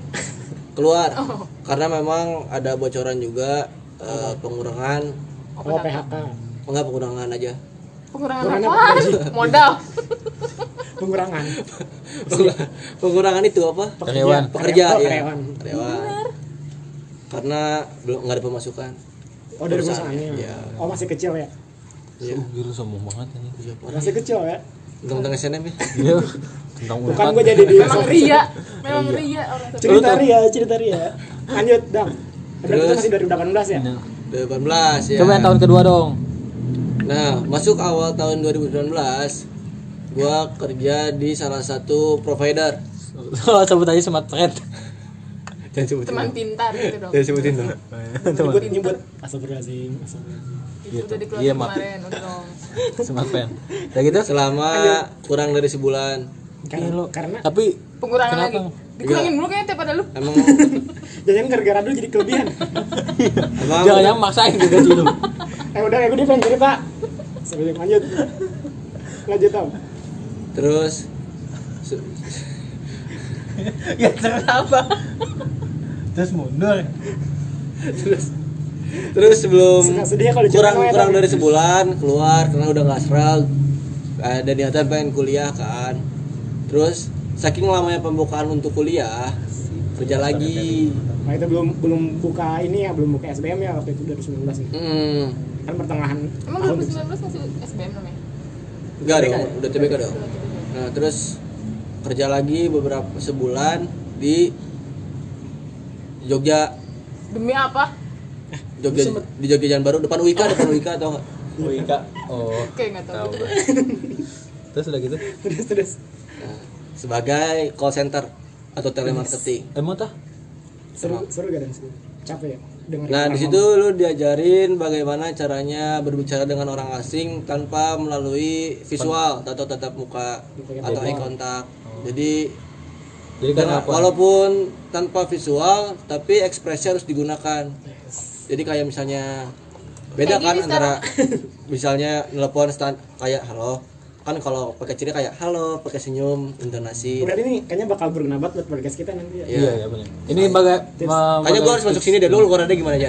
C: keluar
F: Oh.
C: karena memang ada bocoran juga eh, pengurangan
A: oh PHK
C: enggak pengurangan aja
D: pengurangan
A: Pengurangan
D: apaan
F: Iya.
D: modal
A: pengurangan
C: pengurangan itu apa
F: Karyawan. Iya.
C: pekerja
A: Oh,
C: ya
A: karyawan.
C: Karyawan. karena belum nggak ada pemasukan
A: oh dari
C: Perusahaan,
A: perusahaannya
C: iya.
A: oh masih kecil ya
C: Iya.
F: Uh, gila sombong banget ini.
A: masih kecil ya
C: tentang SNM ya
F: Iya. Tentang
A: bukan
F: Unpad.
A: gue jadi di
D: memang
F: Iya.
D: ria memang ria orang tuh.
A: cerita ria cerita ria lanjut dam Berarti itu masih 2018 ya?
F: Iya.
C: 2018 ya
F: Coba yang tahun kedua dong.
C: nah masuk awal tahun 2019 gua kerja di salah satu provider
F: Soal sebut aja smart thread.
C: jangan sebutin
D: teman pintar gitu
F: Iya,
D: dong
C: jangan sebutin dong
A: Nyebut nyebut astagfirullahalazim.
D: udah dikeluarin
F: Iya, Mak.
D: kemarin udah dong
F: Smart pen. Udah gitu.
C: selama kurang dari sebulan
A: Karena
F: Iya, lo.
A: karena
F: Tapi
D: pengurangan
F: Kenapa? Iya.
D: lagi dikurangin dulu kayaknya daripada lu
C: emang
A: jangan gara-gara dulu jadi kelebihan.
C: emang
F: jangan yang maksain gitu sih lu.
A: eh udah ya gue dia pengen cerita. Sebelum lanjut. Lanjut dam.
C: terus se-
F: Ya terus apa?
C: terus sebelum
A: Suka sedih ya kalau
C: kurang
A: diceritain,
C: kurang
A: Tam.
C: dari sebulan keluar karena udah nggak asral ada niatan pengen kuliah kan terus saking lamanya pembukaan untuk kuliah kerja lagi
A: Nah itu belum belum buka ini ya, belum buka SBM ya waktu itu 2019 ya.
C: hmm
A: Kan pertengahan
D: emang
A: tahun.
D: 2019 masih SBM namanya
C: nggak dong udah TBK dong nah terus kerja lagi beberapa sebulan di Jogja
D: demi apa
C: Jogja di Jogja Jalan Baru depan Wika depan Wika atau nggak
F: Oh iya. Oh.
D: oke nggak tahu
F: Tahu. Terus udah gitu.
A: Terus terus.
C: Nah, sebagai call center atau telemarketing
F: Emang eh, tah?
A: Seru seru gak dan seru. Capek ya dengerin
C: Nah,
A: orang
C: di situ lu diajarin bagaimana caranya berbicara dengan orang asing tanpa melalui visual atau tatap muka atau eye contact. Jadi
F: Oh. Jadi kan-
C: dengan-
F: karena apa?
C: walaupun tanpa visual tapi ekspresi harus digunakan. Jadi kayak misalnya beda
D: Kayak
C: kan
D: gini
C: antara misalnya nelpon stand kayak halo kan kalau pakai ciri kayak halo pakai senyum
A: ngomong.
C: intonasi
A: Berarti ini kayaknya bakal berguna banget buat podcast kita nanti ya.
F: Iya, iya benar. Ini bagai ma-
C: kayaknya gua harus masuk sini deh dulu gua rada gimana aja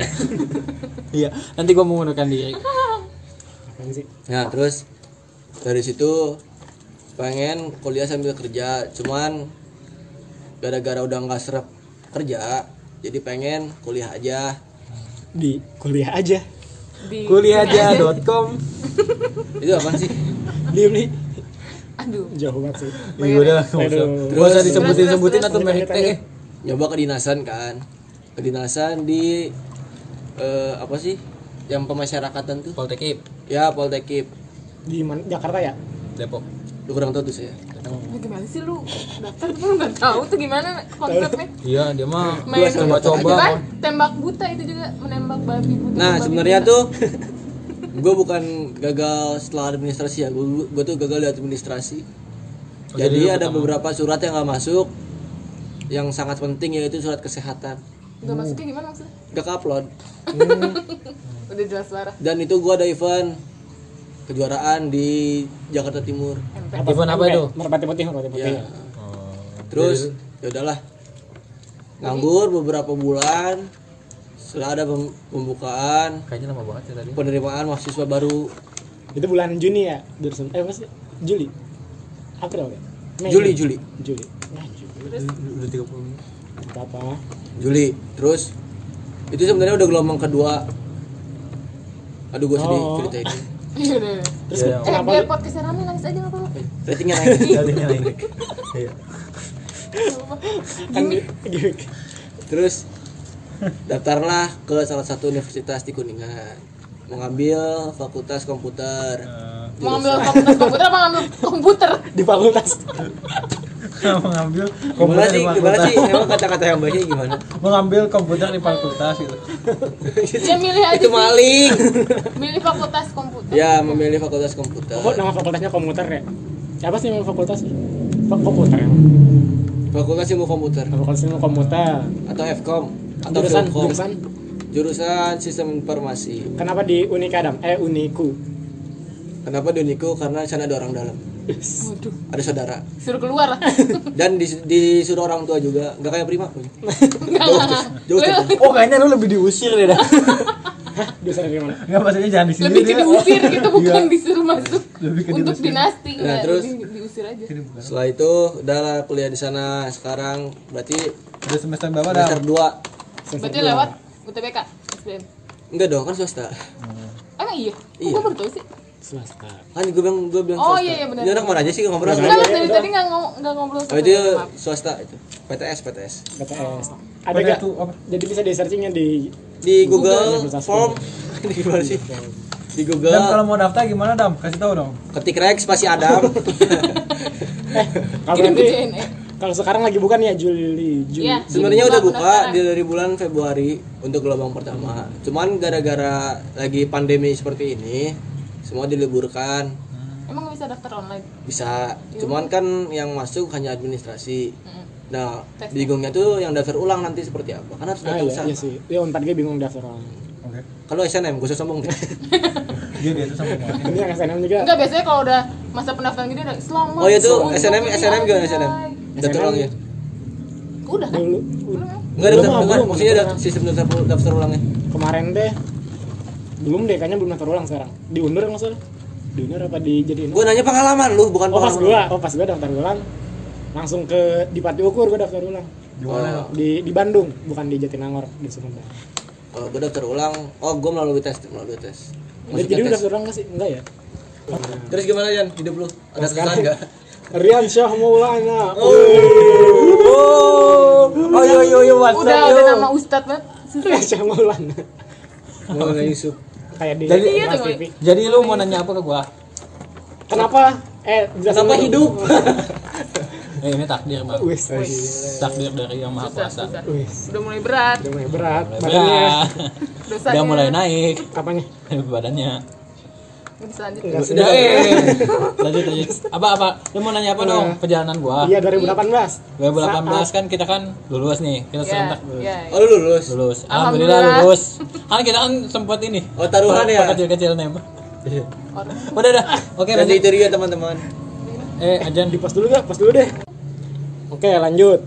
F: Iya, nanti gua mengundurkan diri.
A: Apaan sih?
C: Nah terus dari situ pengen kuliah sambil kerja, cuman gara-gara udah nggak serap kerja, jadi pengen kuliah aja.
A: Di kuliah aja.
D: di
F: Kuliahja.com.
C: Itu apa sih?
A: Diem nih.
D: aduh
A: Jauh banget sih.
F: Iya udah, nggak usah.
A: Aduh.
F: Nggak usah disebutin-sebutin atau
A: Lanjut,
F: merek
A: lanjut.
F: teh.
C: Nyoba kedinasan kan, kedinasan di eh, apa sih? Yang pemasyarakatan tuh?
F: Poltekip,
C: Ya Poltekip.
A: Di mana? Jakarta ya?
F: Depok.
C: Lu kurang tahu tuh saya.
D: Lu gimana sih lu daftar tapi lu nggak tahu tuh gimana konsepnya
F: Iya, dia mah
D: main
F: coba-coba.
D: itu kan tembak buta itu juga menembak babi buta
C: Nah
D: babi
C: sebenarnya
D: buta.
C: tuh gue bukan gagal setelah administrasi ya, gue tuh gagal di administrasi. Jadi ada beberapa surat yang nggak masuk yang sangat penting yaitu surat kesehatan.
D: Gak masuknya gimana maksudnya?
C: Udah upload
D: Udah jelas parah
C: dan itu gua ada event kejuaraan di Jakarta Timur.
B: Event apa itu?
A: merpati putih merpati putih
C: Ya. Terus ya udahlah. Nganggur beberapa bulan setelah ada pem- pembukaan
F: Kayaknya lama banget ya tadi.
C: penerimaan mahasiswa baru
A: itu bulan Juni ya 2019. eh apa sih Juli April ya Mei.
C: Juli Juli
A: Juli nah Juli ah.
F: Udah 30 menit.
A: Gak apa
C: Juli terus itu sebenarnya udah gelombang kedua aduh gue sedih
A: Oh.
C: cerita ini
D: Iya udah udah.
A: terus
F: Ya, ya.
D: Eh
A: kenapa
D: biar
A: lu-
D: podcastnya rame nangis aja gak apa-apa
C: ratingnya naik
F: Tadinya naik. Iya.
A: kan gimmick.
C: terus daftarlah ke salah satu universitas di Kuningan mengambil fakultas komputer
D: Mau ngambil fakultas komputer apa ngambil komputer?
A: di fakultas
B: mengambil
C: gimana sih gimana
B: fakultas.
C: sih emang kata-kata yang baiknya gimana
B: mengambil komputer di fakultas gitu.
D: Ya milih aja
C: itu
D: sih.
C: maling
D: Milih fakultas komputer
C: ya memilih fakultas komputer
A: kok nama fakultasnya komputer ya apa sih nama fakultas Fa- komputer ya
C: fakultas ilmu komputer
A: Nama fakultasnya nama komputer
C: atau FKOM atau
A: jurusan
C: Filkom.
A: jurusan
C: jurusan sistem informasi
A: kenapa di Unika Adam eh Uniku
C: Kenapa Doniku? Karena di sana ada orang dalam.
D: Waduh
C: Ada saudara.
D: Suruh keluar lah
C: Dan di, disuruh orang tua juga. Gak kayak Prima.
D: Enggak
C: Jauh,
D: lah
C: jauh, jauh.
G: Oh kayaknya lu lebih diusir deh dah.
A: jurusan dari mana
B: Enggak maksudnya jangan di sini.
D: Lebih ke
B: dia.
D: diusir gitu
C: Iya.
D: bukan disuruh masuk
B: Lebih ke
D: Untuk
B: diusir.
D: dinasti
C: Nah,
D: Nah
C: terus?
D: terus Diusir aja
C: Setelah itu udahlah kuliah di sana. Sekarang berarti
B: Udah semester berapa dah?
C: semester 2.
D: Berarti lewat UTBK SBM
C: Enggak dong, kan swasta.
D: Emang iya? Kok
C: Iya.
D: gue baru tau sih?
A: swasta
C: Kan gue bilang gue bilang
D: Oh,
C: swasta.
D: iya, iya, benar.
C: Ini orang mana aja sih nggak ngobrol.
D: Enggak, dari tadi nggak ngo- nggak ngobrol
C: Oh,
D: sama
C: itu
D: dia, maaf.
C: swasta itu. PTS PTS.
D: Oh.
A: BTS ada
B: Ada
A: gak
B: tuh apa?
A: jadi bisa di searchingnya di
C: Di Google
A: Google, ya,
C: form di gimana sih? Di
B: Dam kalau
C: Google
B: mau daftar gimana Dam? Kasih tahu dong.
C: ketik Rex pasti Adam.
A: eh kalau
D: Kirim ke
A: nanti
D: JNE
A: kalau sekarang lagi bukan ya Juli Juli
D: Iya.
C: Sebenarnya udah
D: Belum
C: buka
D: pendaftaran.
C: di- dari bulan Februari untuk gelombang pertama. Cuman gara-gara lagi pandemi seperti ini, semua diliburkan.
D: Emang bisa daftar online?
C: Bisa. Cuman kan yang masuk hanya administrasi.
D: Mm.
C: Nah,
D: Tes.
C: bingungnya tuh yang daftar ulang nanti seperti apa? Kan harus
A: ah
C: datang
A: iya,
C: sana.
A: iya sih ya unpad gue bingung daftar orang
B: Oke.
C: Kalau SNM gue usah sombong deh.
B: Dia dia tuh sama banget.
A: ini yang SNM juga
D: Enggak, biasanya kalau udah masa pendaftaran gini udah selamat.
C: oh iya tuh
D: untuk
C: SNM
D: pilihan
C: SNM gimana
D: nilai."
C: SNM? Daftar
A: SNM.
C: ulangnya.
D: Udah kan?
A: dulu
D: Belum ya?
C: Enggak
A: ya? Belum,
C: daftar
A: belum,
C: bukan,
A: belum.
C: maksudnya daftar, sistem daftar daftar ulangnya.
A: kemarin deh belum deh kayaknya belum daftar ulang sekarang diundur nggak salah diundur apa dijadiin
C: Gue nanya pengalaman lu bukan
A: oh pas
C: pengalaman.
A: gua oh pas gua daftar ulang langsung ke di Pati Ukur gua daftar ulang
C: Oh,
A: di di Bandung bukan di Jatinangor di Sumedang
C: kalau gue daftar ulang, oh gue melalui tes, melalui tes.
A: jadi
C: Masuknya
A: udah
C: tes.
A: daftar ulang nggak sih enggak ya
C: Terus gimana Yan hidup lu? Ada kesan enggak?
A: Rian Syah Maulana
C: Oh, oh yo yo yo what's
D: Udah, udah nama ustad banget.
A: Rian Syah Maulana
C: Mulai Yusuf.
A: kayak di
B: Jadi-
A: Trans
D: Iya, tuh,
A: TV.
B: Jadi lu mau nanya apa ke gua?
A: kenapa eh jelasin
C: Kenapa
A: dulu.
C: hidup?
B: Eh, ini takdir, Bang.
A: wis
B: Takdir dari Yang Maha
D: Susah,
B: Kuasa.
D: susah.
A: wis
D: Udah mulai berat.
A: udah mulai berat badannya
B: Udah,
D: Dosa
B: udah mulai naik
A: apanya
B: badannya.
D: Lanjut.
A: enggak sih
B: Udah, eh. lanjut lanjut. Apa apa? Lu mau nanya apa dong? Perjalanan gua.
A: iya 2018
B: 2018 kan kita kan lulus nih. Kita
D: Ya,
B: serentak lulus.
D: ya.
C: Oh lu lulus.
B: Lulus.
D: Alhamdulillah.
B: Alhamdulillah lulus. Kan kita kan sempat ini.
C: Oh taruhan ya.
B: Kecil-kecil nih.
D: Orang.
B: Udah udah. Oke,
C: Dan
B: lanjut.
C: itu dia teman-teman.
B: Eh, Ajan
A: di pos dulu gak pos dulu deh oke lanjut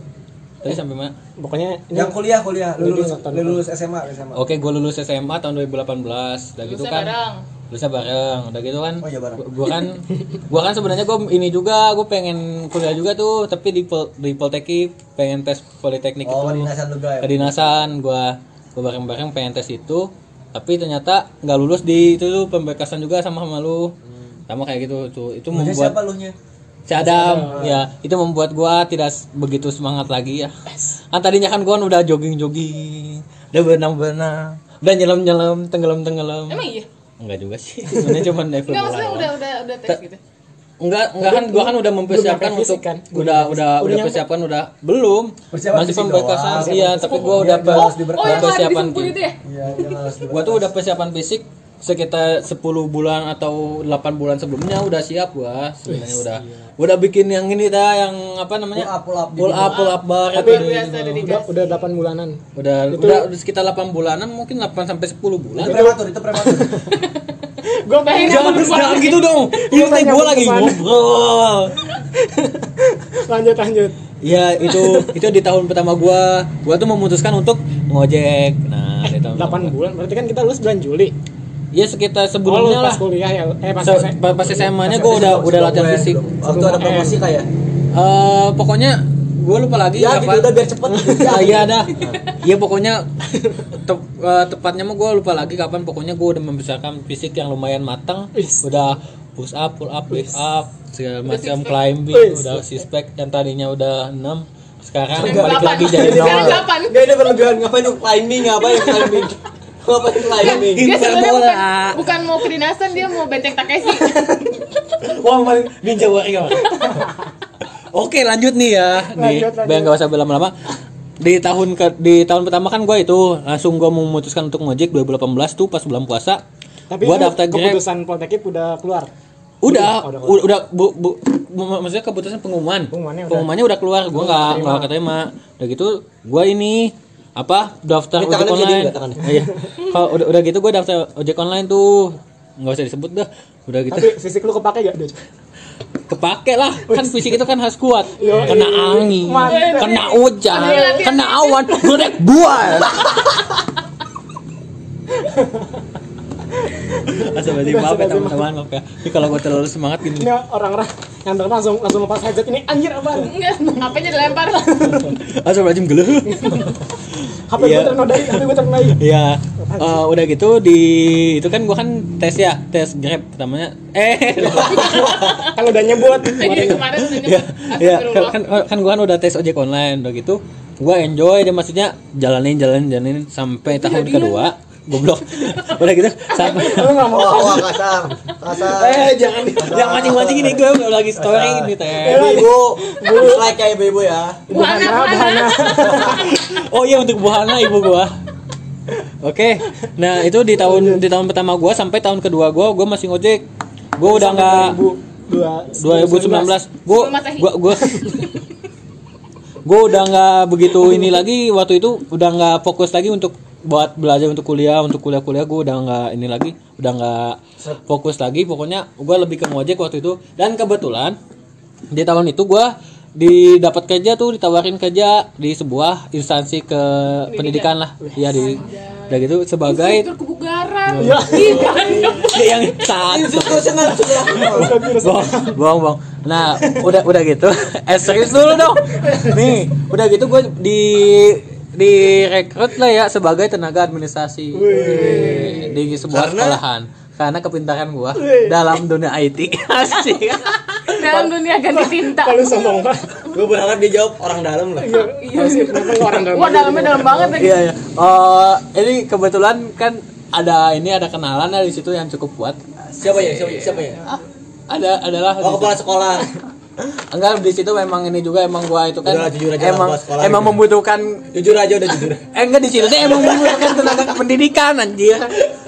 B: tadi sampai mana?
A: pokoknya ini
H: yang kuliah kuliah
A: Jadi
H: lu lulus
A: nonton.
H: lu lulus SMA SMA
B: Oke, gua lulus SMA tahun 2018. Udah gitu
D: Lulusnya
B: kan.
D: bareng.
B: lulusnya bareng udah gitu kan
H: Oh, iya, bareng.
B: Gua- gua kan gua kan sebenarnya gua ini juga gua pengen kuliah juga tuh tapi di Pol- di Polteki pengen tes politeknik gitu.
H: oh
B: itu
H: dinasan lu
C: ya.
H: guys
B: kedinasan gua gua bareng-bareng pengen tes itu tapi ternyata nggak lulus di itu tuh pembekasan juga sama sama lu sama kayak gitu tuh itu
H: Maksudnya
B: membuat
H: siapa lu nya
B: Si Adam, ya itu membuat gua tidak s- begitu semangat lagi ya. Kan tadinya kan gua udah jogging-jogging, udah berenang-berenang, udah nyelam-nyelam, tenggelam-tenggelam.
D: Emang iya?
B: Enggak juga sih. Sebenarnya cuma level
D: Enggak,
B: bola
D: maksudnya
B: doang.
D: udah udah udah tes gitu.
B: Enggak, enggak kan gua kan udah mempersiapkan
A: nyampe
B: untuk
A: fisik kan? Belum
B: udah udah
A: Udah
B: udah
A: nyampe.
B: persiapkan udah belum.
H: Persiapan
B: Masih
H: fisik
B: pembekasan
H: doang.
B: iya, tapi gua udah
H: Iya,
B: pe-
H: harus diber-
D: Oh, yang ada di
B: persiapan
D: sumpu
B: tim.
D: itu ya?
H: iya yang harus
B: Gua tuh udah persiapan fisik sekitar 10 bulan atau 8 bulan sebelumnya udah siap gua sebenarnya udah udah bikin yang ini dah yang apa namanya
C: Pull up,
B: pull up pull up bar
A: Tapi
B: itu.
A: ya?
D: biasa
A: udah,
D: dedikasi
A: udah 8 bulanan.
B: udah udah udah sekitar 8 bulanan mungkin 8 sampai 10 bulan
C: Itu prematur, itu prematur.
D: gue pengen
B: jangan jangan gitu dong ini teh gua lagi ngobrol
A: Lanjut lanjut.
B: Ya itu itu di tahun pertama gua, gua tuh memutuskan untuk ngojek. Nah, di tahun
A: 8 bulan. Berarti kan kita lulus bulan Juli.
B: Ya sekitar
A: Oh,
B: sebelumnya
A: lu
B: lah.
A: pas kuliah ya. Eh pas
B: Se-
A: SMA.
B: Pas, SMA-nya gua udah udah latihan fisik.
C: Waktu ada promosi kayak.
B: Eh pokoknya gua lupa lagi
C: Ya gitu
B: kapan.
C: udah biar cepet.
B: Ah, iya dah. Ya pokoknya tep- eh, tepatnya mah gua lupa lagi kapan pokoknya gua udah membesarkan fisik yang lumayan matang. Udah push up, pull up, lift up, segala macam climbing,
A: Wis.
B: udah six pack yang tadinya udah 6 sekarang
D: Yang
B: balik
D: delapan.
B: lagi jadi
D: Sekarang
B: nol.
D: delapan.
C: Gak ada berlebihan ngapain lu climbing ngapain climbing. Ngapain climbing?
D: Dia sebenarnya
B: Bola.
D: bukan, bukan mau kedinasan, dia mau benteng Takeshi.
B: Wah, paling ninja warrior. Oke, lanjut nih ya. Di,
A: Lanjut, lanjut.
B: biar nggak usah berlama-lama. Di tahun ke, di tahun pertama kan gue itu langsung gue memutuskan untuk ngojek 2018 tuh pas bulan puasa.
A: Tapi
B: gua
A: itu
B: daftar Grab.
A: keputusan Poltekip udah keluar.
B: Udah,
A: udah,
B: u- udah, bu, bu- bu- maksudnya keputusan pengumuman.
A: Pengumumannya udah.
B: Pengumumannya udah keluar, gue nggak nggak keterima. Udah gitu, gue ini apa daftar
C: Ini
B: ojek
C: tangannya gini
B: online.
C: nggak tangannya?
B: Iya. Kalau udah udah gitu gue daftar ojek online tuh nggak usah disebut dah. Udah gitu.
A: Tapi fisik lu kepake gak? Dut?
B: kepake lah kan fisik itu kan harus kuat kena angin
A: Mantap.
B: kena hujan
D: Ada latihan
B: kena awan gede buat Astagfirullahaladzim, maaf ya teman-teman, maaf ya Ini kalau gue terlalu semangat gini
A: Ini orang-orang yang denger langsung langsung lepas headset ini Ah, anjir apaan?
D: Enggak, apanya dilempar.
B: Astagfirullahaladzim, geluh
A: HP gue
B: Iya.
A: ternodai, HP gue ternodai.
B: Iya, eh, udah gitu di itu kan gue kan tes ya, tes grab pertamanya. Eh,
D: Iya.
A: Kalau udah nyebut,
D: Jadi kemarin senyum.
B: ya, ya
D: Astagfirullah.
B: kan kan gua kan udah tes ojek online udah gitu gua enjoy deh maksudnya jalanin jalanin jalanin sampai tahun kedua goblok udah gitu sampai
A: lu gak mau.
C: Wah, wah Oh, kasar. Kasar.
B: eh jangan jangan mancing mancing ini gue lagi story ini teh
C: Ibu, Iya, ibu like ya ibu-ibu ya.
D: Buana, buana.
B: oh iya untuk buhana ibu gua Oke, nah itu di tahun di tahun pertama gua sampai tahun kedua gua gua masih ngojek. Gua udah nggak 2019 gue
D: Sebelum Masehi.
B: gue gue gue udah nggak begitu ini lagi waktu itu udah nggak fokus lagi untuk buat belajar untuk kuliah untuk kuliah kuliah gue udah nggak ini lagi udah nggak fokus lagi pokoknya gue lebih ke ngojek waktu itu dan kebetulan di tahun itu gue didapat kerja tuh ditawarin kerja di sebuah instansi ke pendidikan lah ya di udah gitu sebagai
D: Struktur kebugaran.
A: Iya.
D: Ikan.
B: yang satu bohong bohong bohong nah udah udah gitu eh serius dulu dong nih udah gitu gue di direkrut lah ya sebagai tenaga administrasi di sebuah sekolahan karena kepintaran gua dalam dunia IT asik
D: Dalam dunia ganti tinta.
A: Kalau sombong banget.
C: Gue berharap dia jawab orang dalam lah.
A: Iya. Harusnya kenapa lu orang dalam?
D: Wah, dalamnya dalam banget lagi.
B: iya iya oh ini kebetulan kan ada ini ada kenalan lah di situ yang cukup kuat
C: Siapa ya? Siapa, siapa ya?
B: ada adalah
C: Oh, kepala sekolah.
B: enggak di situ memang ini juga emang gua itu kan
C: Udah, jujur aja lah,
B: emang
C: gua sekolah
B: emang
C: gitu.
B: membutuhkan
C: Jujur aja udah jujur.
B: Eh enggak di situ tuh emang membutuhkan tenaga pendidikan anjir.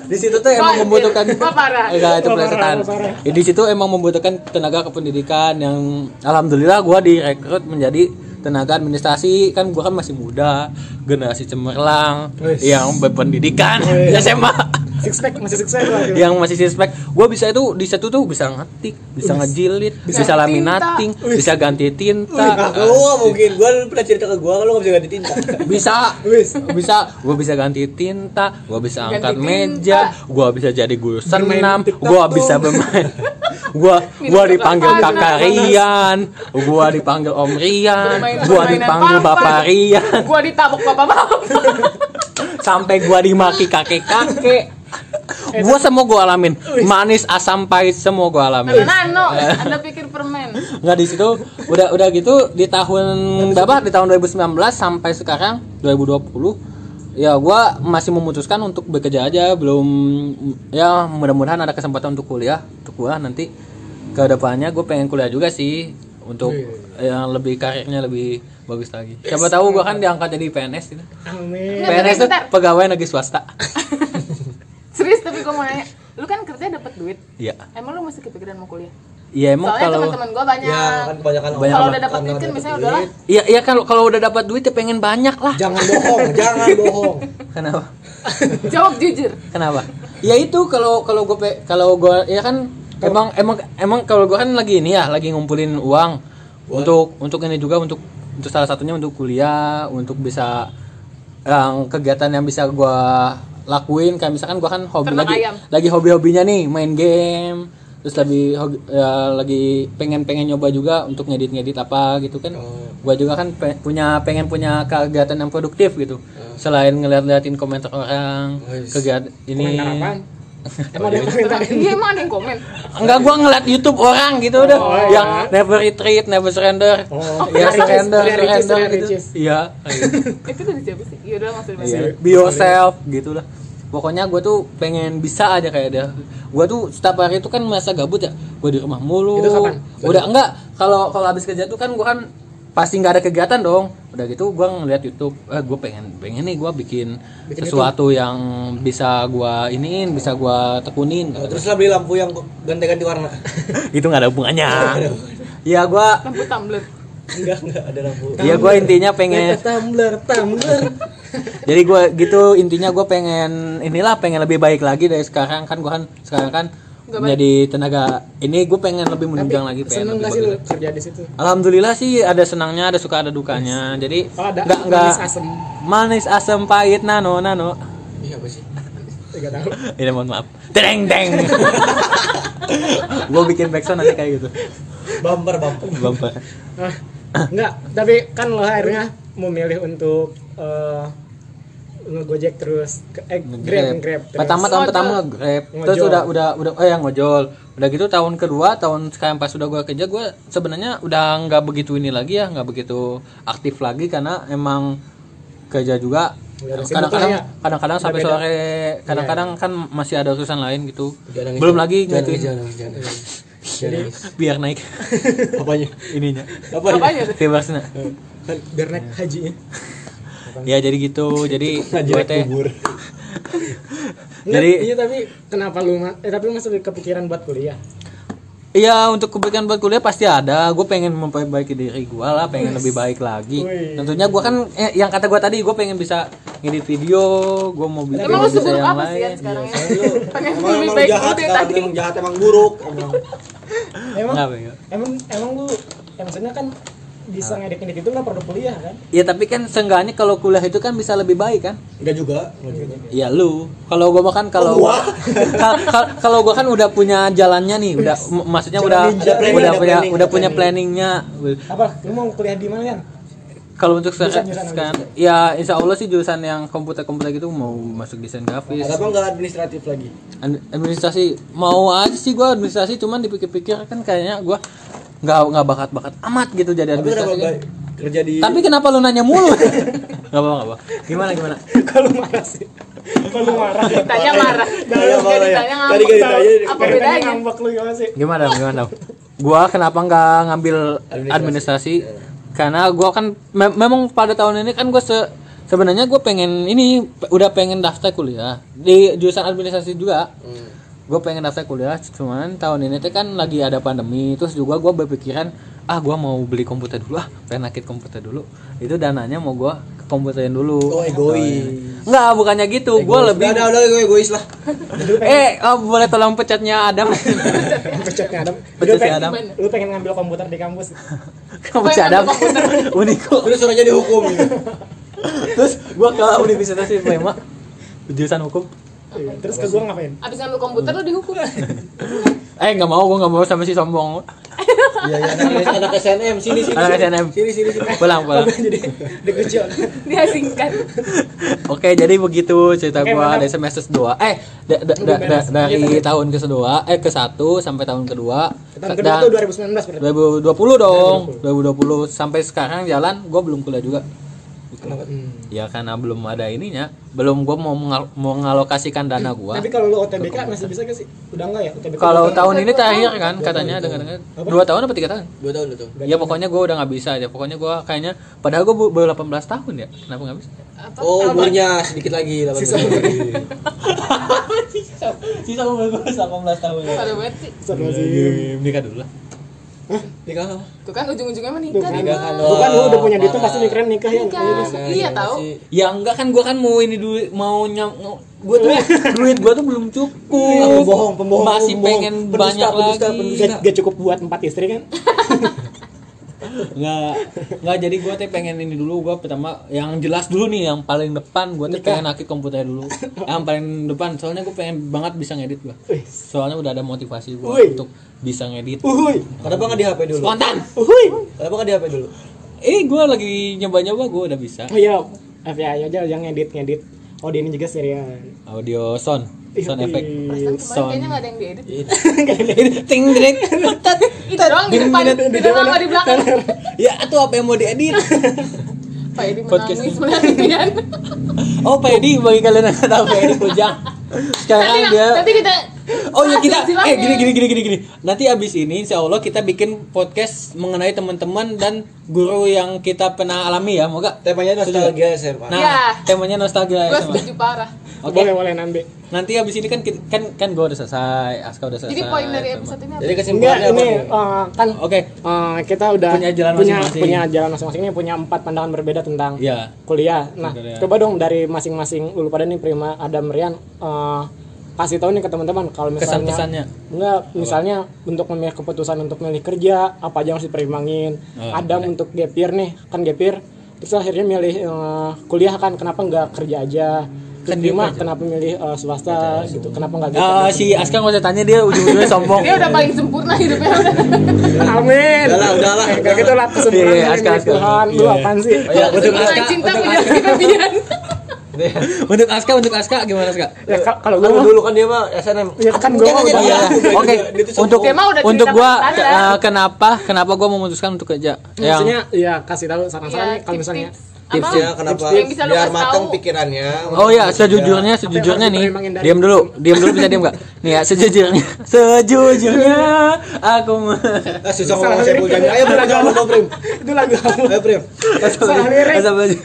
B: Di situ tuh emang
D: Wah,
B: membutuhkan
D: anjir. Wah, parah.
B: Eh, enggak, itu
A: Wah, parah,
B: pelesetan.
A: wah, parah.
B: Ya, di situ emang membutuhkan tenaga kependidikan yang alhamdulillah gua direkrut menjadi tenaga administrasi kan gua kan masih muda generasi cemerlang
A: Wes.
B: yang berpendidikan di SMA
A: Six pack masih six pack lagi.
B: yang masih suspek gua bisa itu di situ tuh bisa ngetik bisa ngejilid bisa,
D: Ganti
B: laminating bisa ganti tinta
C: Gue mungkin, gue pernah cerita ke gue, lu gak bisa ganti tinta.
B: bisa
A: Wis.
B: bisa gue bisa ganti tinta gue bisa
D: Ganti
B: angkat
D: tinta.
B: meja gue bisa jadi guru senam
A: TikTok
B: gue
A: dong.
B: bisa bermain gue gua
D: Minum
B: dipanggil
D: coklat panas.
B: kakak Rian gue dipanggil Om Rian
D: Bermain-
B: gue
D: permainan
B: dipanggil
D: papan.
B: Bapak Rian
D: Gua ditabok bapak-bapak.
B: sampai gue dimaki kakek kakek gue semua gue alamin manis asam pahit semua gue alamin
D: Nano, Anda pikir permen.
B: nggak di situ udah udah gitu di tahun berapa di tahun 2019 sampai sekarang 2020 ya gua masih memutuskan untuk bekerja aja belum ya mudah-mudahan ada kesempatan untuk kuliah untuk gua nanti ke depannya gue pengen kuliah juga sih untuk yang lebih karirnya lebih bagus lagi siapa tahu gua kan diangkat jadi PNS gitu.
A: Amin.
D: Bentar,
B: PNS tuh
D: bentar.
B: pegawai negeri swasta
D: Serius tapi gua mau nanya. lu kan kerja dapat duit
B: Iya.
D: emang lu masih kepikiran mau kuliah
B: Iya emang
D: soalnya
B: kalau
D: teman-teman gue banyak
C: ya kan kebanyakan orang
D: kalau udah dapat duit kan
C: dapet
D: misalnya
C: duit.
D: udahlah
B: Iya iya kalau kalau udah dapat duit ya pengen banyak lah.
C: gitu. jangan bohong jangan bohong
B: Kenapa?
D: jawab jujur
B: Kenapa? Ya itu kalau kalau gue kalau gue ya kan emang emang emang kalau gue kan lagi ini ya lagi ngumpulin uang untuk untuk ini juga untuk untuk salah satunya untuk kuliah untuk bisa yang kegiatan yang bisa gue lakuin kayak misalkan gue kan hobi
D: Ternak
B: lagi
D: ayam.
B: lagi hobi-hobinya nih main game terus lagi hobi- ya, lagi pengen-pengen nyoba juga untuk ngedit-ngedit apa gitu kan gua juga kan pe- punya pengen punya kegiatan yang produktif gitu selain ngeliat-liatin komentar orang kegiatan ini
A: Komentar apaan? Nah, Emang dia komentarin?
D: iya emang ada yang komen
B: enggak gua ngeliat YouTube orang gitu udah yang never retreat never surrender
A: iya. Oh,
B: ya
A: iya,
B: surrender
A: iya, ricis,
B: surrender
A: iya,
B: gitu
A: ricis.
B: iya
D: itu dari siapa sih iya udah maksudnya
B: Iya, be yourself gitu lah pokoknya gue tuh pengen bisa aja kayak ada gue tuh setiap hari itu kan merasa gabut ya gue di rumah mulu
A: Itu kapan?
B: udah enggak kalau kalau habis kerja tuh kan gue kan pasti nggak ada kegiatan dong udah gitu gue ngeliat YouTube eh gue pengen pengen nih gue bikin, sesuatu yang bisa gue iniin bisa gue tekunin
C: Oh, terus lah beli lampu yang ganti-ganti warna
B: itu nggak ada hubungannya ya gue
D: lampu tumbler
C: enggak enggak ada lampu
B: ya gue intinya pengen
C: tumbler tumbler
B: Jadi gue gitu intinya gue pengen inilah pengen lebih baik lagi dari sekarang kan gue kan sekarang kan menjadi tenaga ini gue pengen lebih menunjang lagi pengen
A: Seneng
B: lebih
A: gak sih
B: bagus
A: lu
B: lagi.
A: kerja di situ?
B: Alhamdulillah sih ada senangnya ada suka ada dukanya jadi
A: Oh, ada
B: nggak nggak
A: manis asem.
B: manis asam pahit nano nano
C: iya apa sih
A: Enggak tahu.
B: ini mohon maaf tereng teng gue bikin backsound nanti kayak gitu
C: bumper bumper
B: bapak
A: Ah, enggak, tapi kan lo akhirnya memilih untuk eh, ngegojek terus ke- eh, grab grab terus.
B: pertama tahun pertama grab
A: Ngojol.
B: terus udah udah udah eh yang ngojol udah gitu tahun kedua tahun sekarang pas udah gue kerja gue sebenarnya udah nggak begitu ini lagi ya nggak begitu aktif lagi karena emang kerja juga
A: Udah ada ya?
B: kadang-kadang
A: sibukan
B: kadang-kadang sampai
A: Beda-beda.
B: sore kadang-kadang kan masih ada urusan lain gitu
C: Jangan nangis,
B: belum lagi
C: jangan nangis,
B: ngituin
C: Iya, jangan nangis, jangan nangis. Jangan nangis.
B: biar naik
C: apanya
B: ininya
D: apa
A: Ah, iya.
D: aja tuh
B: viewersnya
A: Kan biar naik hajinya. Iya.
B: ya jadi gitu jadi
C: Ngaji
B: gue teh
C: kubur
A: Jadi
B: jadi
A: iya tapi kenapa lu ma- eh, tapi lu masih kepikiran buat kuliah?
B: Iya untuk kebaikan buat kuliah pasti ada. Gue pengen memperbaiki diri gue lah, pengen lebih baik lagi.
A: Wih.
B: Tentunya gue kan eh, yang kata gue tadi gue pengen bisa ngedit video, gue mau bikin
D: emang lu
B: bisa
D: seburuk
B: yang
D: apa sih kan
B: lain.
D: sekarang ya pengen
C: emang emang
D: lebih
C: lu
D: baik dulu
C: jahat
D: deh
C: sekarang,
D: tadi
C: emang jahat emang buruk emang
A: Emang
B: Nggak, Bego.
A: emang emang lu ya maksudnya kan bisa ngedek-ngedek itu nggak perlu kuliah kan?
B: Ya tapi kan seenggaknya kalau kuliah itu kan bisa lebih baik kan?
C: enggak juga enggak juga
B: Ya lu. Kalau gue kan kalau
C: gua?
B: Kal- kal- kalau gue kan udah punya jalannya nih, udah m- maksudnya
A: Jalan
B: udah
A: ninja.
B: udah
A: Ada
C: planning,
B: udah
C: ada
B: punya
C: planning,
B: udah
C: ada
B: punya planningnya.
A: Apa lu mau kuliah di mana kan?
B: Kalau untuk sekarang,
A: jurusan,
B: sekarang- ya Insya Allah sih jurusan yang komputer komputer gitu mau masuk desain grafis.
C: kenapa enggak administratif lagi
B: Ad- administrasi mau aja sih gua administrasi cuman dipikir-pikir kan kayaknya gua nggak nggak bakat-bakat amat gitu jadi
C: tapi kenapa
B: administrasi kan.
C: enggak kerja di
B: tapi kenapa lu nanya mulu nggak apa nggak apa gimana gimana
A: Kalau marah sih. Kalau marah.
D: ditanya marah
C: Iya,
D: Nggak
C: marah ya.
D: ditanya
C: Tadi
D: ngambek
A: kan-
C: nggak ditanya,
D: apa bedanya
A: ngambek lu gimana sih?
B: gimana gimana gua kenapa nggak ngambil administrasi Iya. karena gua kan me- memang pada tahun ini kan gua se- sebenarnya gua pengen ini pe- udah pengen daftar kuliah di jurusan administrasi juga gue pengen daftar kuliah cuman tahun ini tuh kan lagi ada pandemi terus juga gue berpikiran ah gue mau beli komputer dulu ah pengen nakit komputer dulu itu dananya mau gue ke komputerin dulu
C: oh egois
B: nggak bukannya gitu gue lebih
C: udah udah udah gue egois lah
B: eh oh, boleh tolong pecatnya Adam
A: Pecatnya Adam.
B: Pecat
A: Lu
B: si
A: pengen-
B: Adam.
A: Lu pengen ngambil komputer di kampus.
B: kamu si Adam Uniko
C: terus suruh jadi hukum
B: terus gue ke Universitas Plema jurusan hukum
A: Iya, Terus ke gua ngapain?
D: abis ngambil komputer lu dihukum
B: eh nggak mau gue nggak mau sama si sombong
C: iya iya anak, anak SNM sini sini
B: Anak SNM.
C: sini sini sini
B: pulang pulang
A: Jadi dikucil.
D: diasingkan
B: Oke, jadi begitu cerita
A: Oke,
B: gua
A: mantap.
B: dari semester 2. Eh, da- da- da- da- dari tahun ke 2 eh ke 1 sampai tahun kedua.
A: Tahun kedua
B: Dan
A: tuh 2019 berarti.
B: 2020 dong. 2020 sampai sekarang jalan gua belum kuliah juga. ya karena belum ada ininya belum gua mau mengal- mau mengalokasikan dana gua
A: Tapi kalau lu OTBK masih bisa gak sih? Udah enggak ya OTBK?
B: kalau tahun ini terakhir kan katanya dengan dengan dua tahun apa tiga tahun
C: dua tahun dua tahun
B: ya pokoknya gua udah nggak bisa ya pokoknya gua kayaknya padahal gua bu- baru 18 tahun ya kenapa nggak bisa
D: Apa?
C: oh umurnya sedikit lagi 18 tahun
F: Sisa umur gue 18 tahun ya.
D: Kalau banget sih.
B: Iya, nikah dulu lah
C: nikah sama
D: Tuh kan ujung-ujungnya mah nikah
A: Nikah
D: dong.
C: kan, dong.
A: Bukan lu udah punya duit tuh
C: Parah.
A: pasti mikirin nikah ya.
D: Nikah. Iya tahu.
F: Ya enggak kan gua kan mau ini dulu mau nyam gua tuh duit gua tuh belum cukup.
C: pembohong pembohong
F: Masih
C: pembohong.
F: pengen
C: Pendusta,
F: banyak
C: pendusta,
F: lagi.
C: pendusta.
A: Gak, gak cukup buat empat istri kan?
F: Enggak.
B: nggak jadi gua teh pengen ini dulu gua pertama yang jelas dulu nih yang paling depan gua teh pengen aktif komputer dulu yang paling depan soalnya gua pengen banget bisa ngedit gua
A: Wih.
B: soalnya udah ada motivasi gua
A: Wih.
B: untuk bisa ngedit
A: Uhuy.
C: kenapa nggak di HP dulu
B: spontan
A: Uhuy. Oh,
C: kenapa nggak di HP dulu
B: eh gua lagi nyoba-nyoba gua udah bisa
A: Oh iya. FYI aja yang ngedit ngedit. Oh dia ini juga Iya. serian.
B: audio sound
C: Iya,
B: sound effect
D: Perasaan kan kemarin
B: Sound.
D: kayaknya nggak ada yang diedit.
B: ting ting
D: Itu doang di depan, di depan sama di belakang.
B: ya atau apa yang mau diedit
D: Pak Edi menangis melihat kan.
B: oh Pak Edi bagi kalian yang nggak tahu Pak Edi Kujang
D: Nanti,
B: sekarang dia
D: nanti kita
B: Oh ya kita
D: Silahkan.
B: eh gini gini gini gini gini. Nanti abis ini insya Allah kita bikin podcast mengenai teman-teman dan guru yang kita pernah alami ya, moga.
C: temanya nostalgia SMA
B: Nah,
D: Ya.
B: temanya nostalgia
D: Gue
B: ya, sama.
D: setuju parah.
B: Oke.
A: Boleh boleh nanti.
B: Nanti abis ini kan ki- kan kan gue udah selesai, Aska udah selesai.
D: Jadi poin dari
B: teman.
D: episode ini apa?
C: jadi
A: Enggak
C: kesimpulannya apa
A: ini
C: nih
A: eh, kan
B: Oke,
A: eh, kita udah
B: Punya jalan
A: punya,
B: masing-masing.
A: punya jalan masing-masing ini punya empat pandangan berbeda tentang
B: Iya.
A: kuliah. Nah,
B: Kuliah.
A: coba dong dari masing-masing lu pada nih Prima, Adam, Rian eh, kasih tahu nih ke teman-teman kalau misalnya
B: kesan-pesannya.
A: Enggak, misalnya untuk memilih keputusan untuk milih kerja, apa aja yang harus dipertimbangin.
B: Oh,
A: Adam
B: iya.
A: untuk gap year nih, kan gap year. Terus akhirnya milih eh, kuliah kan, kenapa enggak kerja aja? Terus
B: Kan
A: Bima, kenapa milih eh, swasta gitu? Kenapa enggak gitu?
B: Eh, si Aska nggak usah tanya dia ujung-ujungnya sombong.
D: Dia udah paling sempurna hidupnya udah.
A: Amin.
C: udahlah udahlah
A: Kayak gitu lah kesempurnaan
B: Iya, iya,
A: dari
B: aska, aska.
A: Tuhan. Lu apaan sih?
B: Ya, untuk
D: Mulai
B: Aska, Iya.
D: cinta punya kelebihan.
B: untuk Aska, untuk Aska gimana Aska?
A: Ya ka- kalau
C: Kan
A: gua
C: dulu kan dia mah SNM
A: ya kan gua
C: Jangan,
A: udah
C: jangan.
B: Iya. Oke, untuk
D: Dia mah udah cerita
B: untuk gua
D: pesan,
B: eh, kenapa kenapa gua memutuskan untuk kerja? Yang
A: maksudnya ya kasih tahu
D: Iya,
A: saran-saran nih, kalau misalnya
D: tips
C: tipsnya kenapa
D: Yang bisa lu
C: biar
D: kasih
C: matang
D: tahu.
C: pikirannya
B: Oh ya, sejujurnya, sejujurnya
A: harus
B: nih,
A: dipertimbangin dari-
B: diam dulu, diam dulu bisa diam nggak? Nih ya, sejujurnya, sejujurnya aku me-
C: ah, susah ngomong saya punya ayo prim jawab apa prim
A: itu lagu apa?
C: ayo prim
A: Salah lirik.
B: Asal baju.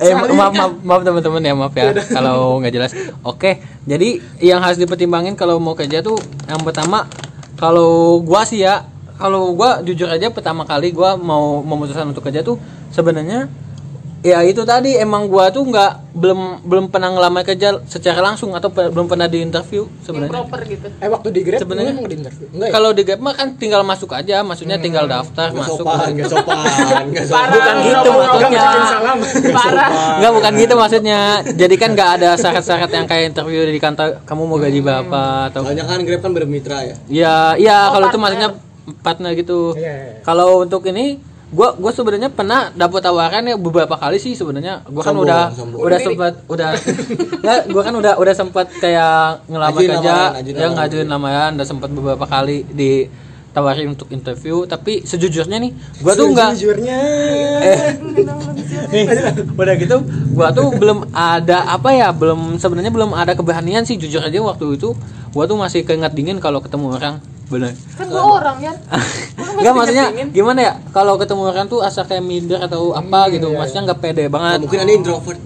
B: Eh ma- maaf maaf maaf teman-teman ya maaf ya kalau nggak jelas. Oke, jadi yang harus dipertimbangin kalau mau kerja tuh yang pertama kalau gua sih ya kalau gua jujur aja pertama kali gua mau memutuskan untuk kerja tuh sebenarnya ya itu tadi emang gua tuh nggak belum belum pernah ngelamar kerja secara langsung atau pe- belum pernah diinterview
D: yang
B: sebenarnya.
D: proper gitu.
A: Eh waktu di Grab
B: Sebenarnya-
A: lu emang di interview. Enggak ya?
B: Kalau di Grab mah kan tinggal masuk aja, maksudnya tinggal daftar
C: Nggak
B: masuk.
C: sopan nggak sopan nggak sopan
D: Parah.
B: Bukan gitu
A: Kalau nggak
B: maksudnya.
A: ucapin salam.
D: Parah.
B: Enggak bukan gitu maksudnya. Jadi kan nggak ada syarat-syarat yang kayak interview di kantor kamu mau gaji berapa atau
C: soalnya kan Grab kan bermitra ya
B: ya iya
D: Oh,
B: kalau itu
D: partner.
B: maksudnya partner gitu.
A: Iya, iya, iya.
B: Kalau untuk ini gua gua sebenarnya pernah dapat tawaran ya beberapa kali sih sebenarnya. Gua kan
C: Sombong,
B: udah
C: sombong.
B: udah sempat udah Nggak, gua kan udah udah sempat kayak ngelamar
C: Ajuin
B: kerja,
C: lamaran, ajuin
B: ya
C: lamaran.
B: ngajuin lamaran udah sempat beberapa kali ditawarin untuk interview tapi sejujurnya nih gua tuh nggak Eh.
A: Sejujurnya.
B: nih udah gitu gua tuh belum ada apa ya belum sebenarnya belum ada keberanian sih jujur aja waktu itu gua tuh masih keinget dingin kalau ketemu orang bener
D: Kan gua orang ya.
B: nggak maksudnya gimana ya kalau ketemu orang tuh asal kayak minder atau apa gitu maksudnya nggak pede banget
C: mungkin ada introvert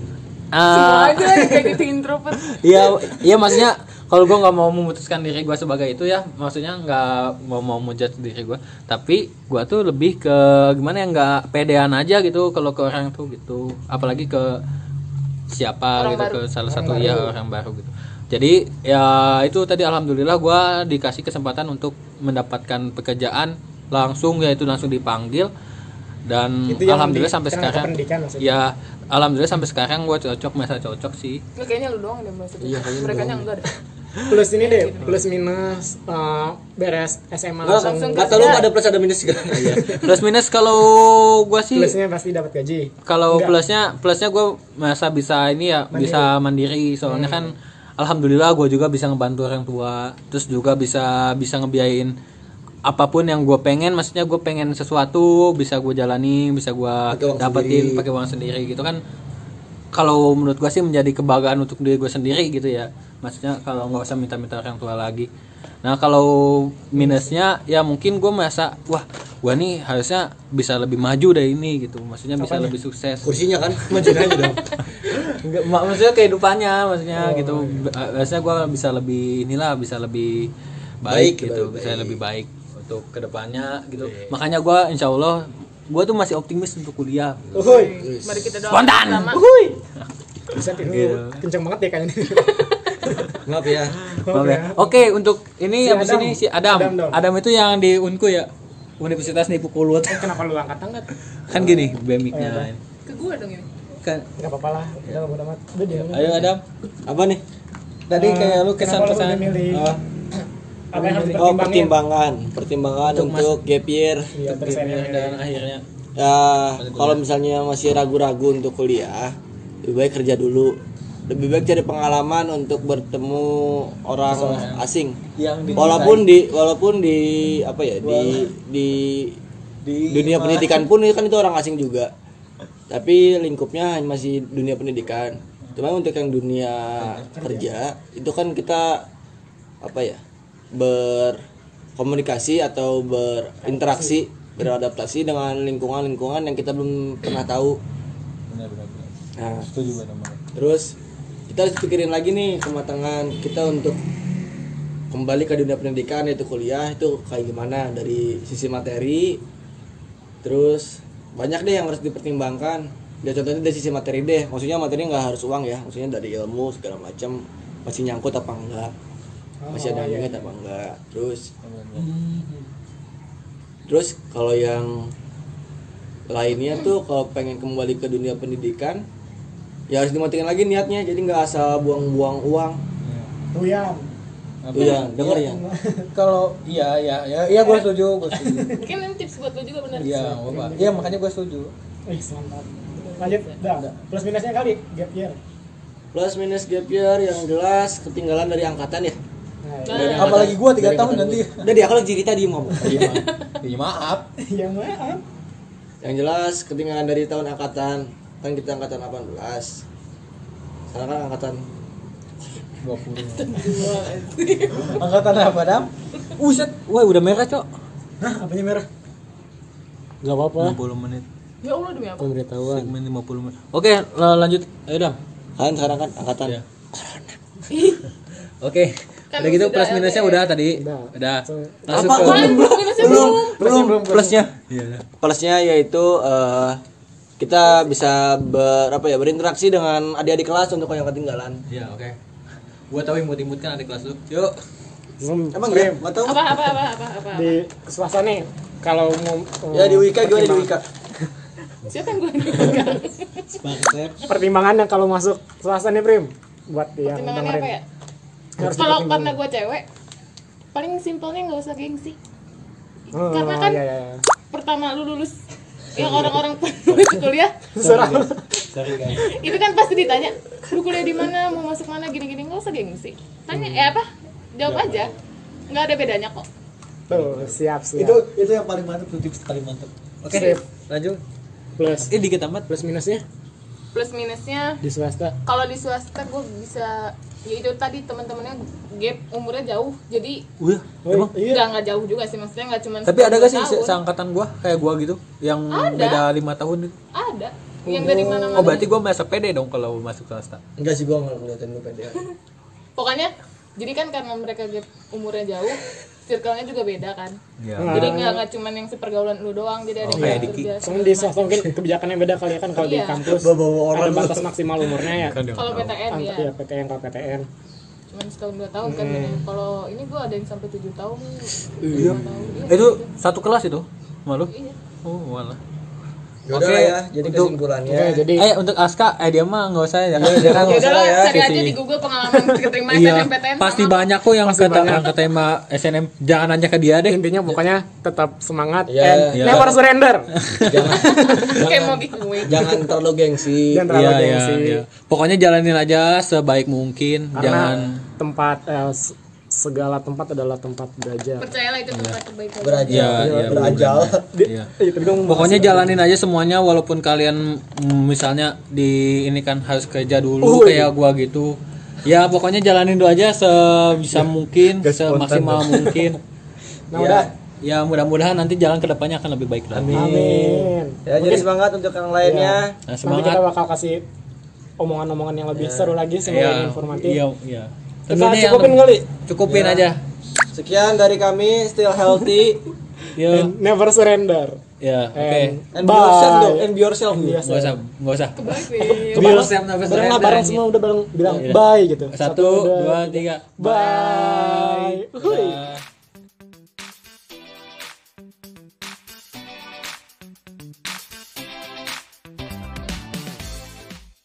B: Ah,
D: Semua aja kayak gitu introvert.
B: Iya, iya maksudnya kalau gue nggak mau memutuskan diri gue sebagai itu ya, maksudnya nggak mau mau menjudge diri gue, tapi gue tuh lebih ke gimana ya nggak pedean aja gitu kalau ke orang tuh gitu, apalagi ke siapa gitu ke salah satu ya orang baru gitu. Jadi ya itu tadi alhamdulillah gue dikasih kesempatan untuk mendapatkan pekerjaan langsung yaitu langsung dipanggil dan
A: Itu yang
B: alhamdulillah
A: di-
B: sampai
A: tenaga
B: sekarang
A: pendidikan maksudnya.
B: ya alhamdulillah sampai sekarang gue cocok masa cocok sih
D: Ini kayaknya lu doang deh merasa. Iya, Mereka nya enggak deh.
A: Plus ini deh, plus minus eh, beres SMA langsung.
D: Langsung
C: kata lu ada plus ada minus gak
B: plus minus kalau gua sih
A: Plusnya pasti dapat gaji.
B: kalau plusnya plusnya gua masa bisa ini ya bisa mandiri soalnya kan alhamdulillah gua juga bisa ngebantu orang tua terus juga bisa bisa ngebiayain apapun yang gue pengen maksudnya gue pengen sesuatu bisa gue jalani bisa gue
I: Pakai uang
B: dapetin pakai uang sendiri gitu kan kalau menurut gue sih menjadi kebanggaan untuk diri gue sendiri gitu ya maksudnya kalau nggak usah minta-minta orang tua lagi nah kalau minusnya ya mungkin gue merasa wah gue nih harusnya bisa lebih maju dari ini gitu maksudnya bisa lebih sukses
I: kursinya kan majuin aja dong
B: Enggak, mak- maksudnya kehidupannya maksudnya gitu Ba- biasanya gue bisa lebih inilah bisa lebih baik, gitu bisa lebih baik untuk kedepannya gitu makanya gue insya Allah gue tuh masih optimis untuk kuliah Iya.
D: Mari kita doakan
B: Spontan.
D: bersama.
A: Bisa dulu
B: Gitu.
A: kenceng banget ya kayaknya.
I: maaf ya
B: Maaf ya. Oke untuk ini habis
A: Adam.
B: ini si Adam
A: Adam dong.
B: Adam, itu yang di Unku ya Universitas Nipukulut
A: Kenapa lu angkat tangan?
B: kan gini bemiknya lain
D: Ke gua dong ya? ini.
B: kan
A: Enggak apa-apa lah. Udah bodo amat. Udah dia.
B: ayo Adam
C: apa nih
B: tadi kayak Eh, lu kesan iya,
A: Kenapa lu udah
B: kesan
A: milih?
C: Oh.
A: Apa yang harus
C: oh
A: dipertimbangin?
C: pertimbangan pertimbangan untuk, gap year
A: Iya, terus ini.
B: dan akhirnya
C: ya kalau misalnya masih ragu-ragu untuk kuliah lebih baik kerja dulu lebih baik cari pengalaman untuk bertemu orang asing
B: yang di
C: walaupun di walaupun di apa ya di di
B: Iya,
C: dunia pendidikan pun kan itu orang asing juga tapi lingkupnya masih dunia pendidikan cuma untuk yang dunia kerja itu kan kita apa ya berkomunikasi atau berinteraksi beradaptasi dengan lingkungan-lingkungan yang kita belum pernah tahu nah terus kita harus pikirin lagi nih kematangan kita untuk kembali ke dunia pendidikan yaitu kuliah itu kayak gimana dari sisi materi terus banyak deh yang harus dipertimbangkan ya contohnya dari sisi materi deh maksudnya materi nggak harus uang ya maksudnya dari ilmu segala macam masih nyangkut apa enggak masih ada yang ingat apa enggak terus terus kalau yang lainnya tuh kalau pengen kembali ke dunia pendidikan ya harus dimatiin lagi niatnya jadi nggak asal buang-buang uang
A: Buyam.
C: iya denger ya
B: kalau iya iya ya iya gue setuju gue setuju
D: Mungkin ini tips buat lu juga benar.
B: iya nggak apa-apa. iya makanya gue setuju
A: Ih, mantap. Lanjut, dah. Plus minusnya kali gap year.
C: plus minus gap year yang jelas ketinggalan dari angkatan ya
A: Nah,
D: Nah,
B: apalagi gue tiga tahun nanti
C: udah dia kalau cerita di mau
B: ya maaf
A: yang mana?
C: yang jelas ketinggalan dari tahun angkatan kan kita angkatan 18 sekarang kan angkatan
B: angkatan apa dam uset wah udah merah cok
A: Hah, apanya merah? Gak apa-apa.
B: 50 menit
D: Ya Allah demi apa?
A: Pemberitahuan.
B: segmen 50 menit oke la- lanjut ayo dam
C: kan sekarang kan angkatan
B: Iya. oke
D: Kan
B: udah gitu plus minusnya udah tadi
A: Udah.
B: udah langsung
C: apa
B: ke
D: Minusnya belum.
C: belum plusnya
B: Iya,
C: plusnya yaitu eh, kita bisa ber, apa ya berinteraksi dengan adik-adik kelas untuk yang ketinggalan
B: iya oke gue tahu imut-imut kan adik kelas lu yuk
C: emang ya nggak tahu
D: Apa apa apa apa apa.
A: Di swasta nih kalau oh, mau
C: ya di Wika gimana di Wika
D: Siapa yang gua ini pegang?
A: pertimbangannya kalau masuk swasta nih, Prim. Buat yang
D: Pertimbangannya
A: dengerin.
D: apa ya?
A: Harus
D: Kalau
A: dipertimbangkan.
D: karena gua cewek, paling simpelnya nggak usah gengsi.
A: Oh,
D: Karena kan
A: iya, iya, iya.
D: pertama lu lulus yang orang-orang penulis kuliah
A: Surah.
D: itu kan pasti ditanya lu kuliah di mana mau masuk mana gini-gini nggak usah gengsi tanya eh apa jawab aja nggak ada bedanya kok
A: Tuh, siap, siap.
B: itu yang paling mantep tuh tips paling mantep oke
A: Sip.
B: lanjut
A: plus
B: eh dikit amat
A: plus minusnya
D: plus minusnya
A: di swasta.
D: kalau di swasta gue bisa ya itu tadi teman-temannya gap umurnya jauh jadi
B: Wih,
A: Oh, iya.
D: nggak nggak jauh juga sih maksudnya nggak cuma
B: tapi ada gak sih se-
D: setahun, dua tahun.
B: seangkatan gua kayak gua gitu yang
D: Ada.
B: beda lima tahun itu?
D: ada yang dari mana-mana
B: Oh berarti gua merasa pede dong kalau masuk swasta.
I: enggak sih gua nggak ngeliatin lu
C: ya.
I: pede
D: pokoknya jadi kan karena mereka gap umurnya jauh circle-nya juga beda kan
B: Iya.
D: jadi nggak nggak cuma yang sepergaulan lu doang jadi ada
B: Oh,
D: yang
B: kayak Diki.
D: kerja.
A: Soalnya di swasta mungkin kebijakannya beda kali ya kan kalau di
D: Iya.
A: kampus ada batas maksimal umurnya ya.
D: kalau PTN
A: Ant-
D: ya
A: Iya, PTN kalau PTN.
D: cuma setahun dua tahun
B: Hmm.
D: kan bedanya. kalau ini gue ada yang sampai tujuh tahun
B: Iya.
D: lima tahun. Iya,
B: Itu satu kelas itu malu.
D: iya.
B: Oh walah.
I: Yaudah lah ya, jadi kesimpulannya
A: Oke, jadi
B: Eh untuk Aska, eh dia mah nggak usah ya. Dia kan
D: Ya
B: nggak
D: udah
B: usah
D: lah,
B: ya.
D: cari aja di Google pengalaman keterima
B: Iya,
D: SNMPTN
B: pasti
D: sama.
B: banyak kok yang kata yang kata tema SNM. Jangan nanya ke dia deh.
A: intinya pokoknya tetap semangat
I: Iya,
A: and
B: iya.
A: never surrender.
I: jangan
D: Kayak mau gitu. giveaway.
I: jangan terlalu gengsi
A: Jangan terlalu
B: Iya, iya,
A: gengsi.
B: iya. Pokoknya jalanin aja sebaik mungkin.
A: Karena
B: Jangan
A: tempat eh, s- segala tempat adalah tempat belajar.
D: Percayalah itu tempat terbaik kamu.
B: Iya, iya,
G: berajal
A: Dia- Iya, tapi kamu mau-
B: Pokoknya jalanin aja semuanya walaupun kalian mm, misalnya di ini kan harus kerja dulu
A: Uy.
B: kayak gua gitu. Ya pokoknya jalanin dulu aja
A: Iya.
B: sebisa mungkin, semaksimal mungkin.
A: Nah,
B: ya,
C: Iya.
A: udah.
B: ya mudah-amin nanti jalan kedepannya akan lebih baik lagi.
A: Amin.
G: ya jadi semangat untuk yang lainnya
B: Nah,
A: Nanti
B: semangat.
A: kita bakal kasih omongan-omongan yang lebih seru lagi, semoga yang informatif.
B: Iya, iya.
A: Kita
B: Tentunya yang-
A: cukupin kali. Iya.
B: Cukupin aja.
C: Iya.
G: sekian dari kami still healthy
B: Ya,
A: And never surrender.
B: ya, oke.
A: And
G: and be yourself dong
A: bye.
G: and be yourself
B: Enggak usah, enggak usah.
D: Baik,
B: Coba harus siap
A: Bareng
B: nafas
A: lah,
B: surrender,
A: bareng
B: anjing.
A: semua udah bareng bilang
B: Iya.
A: bye gitu.
B: Satu, dua, tiga.
A: bye. Uhuy.
G: Iya.
B: Bye.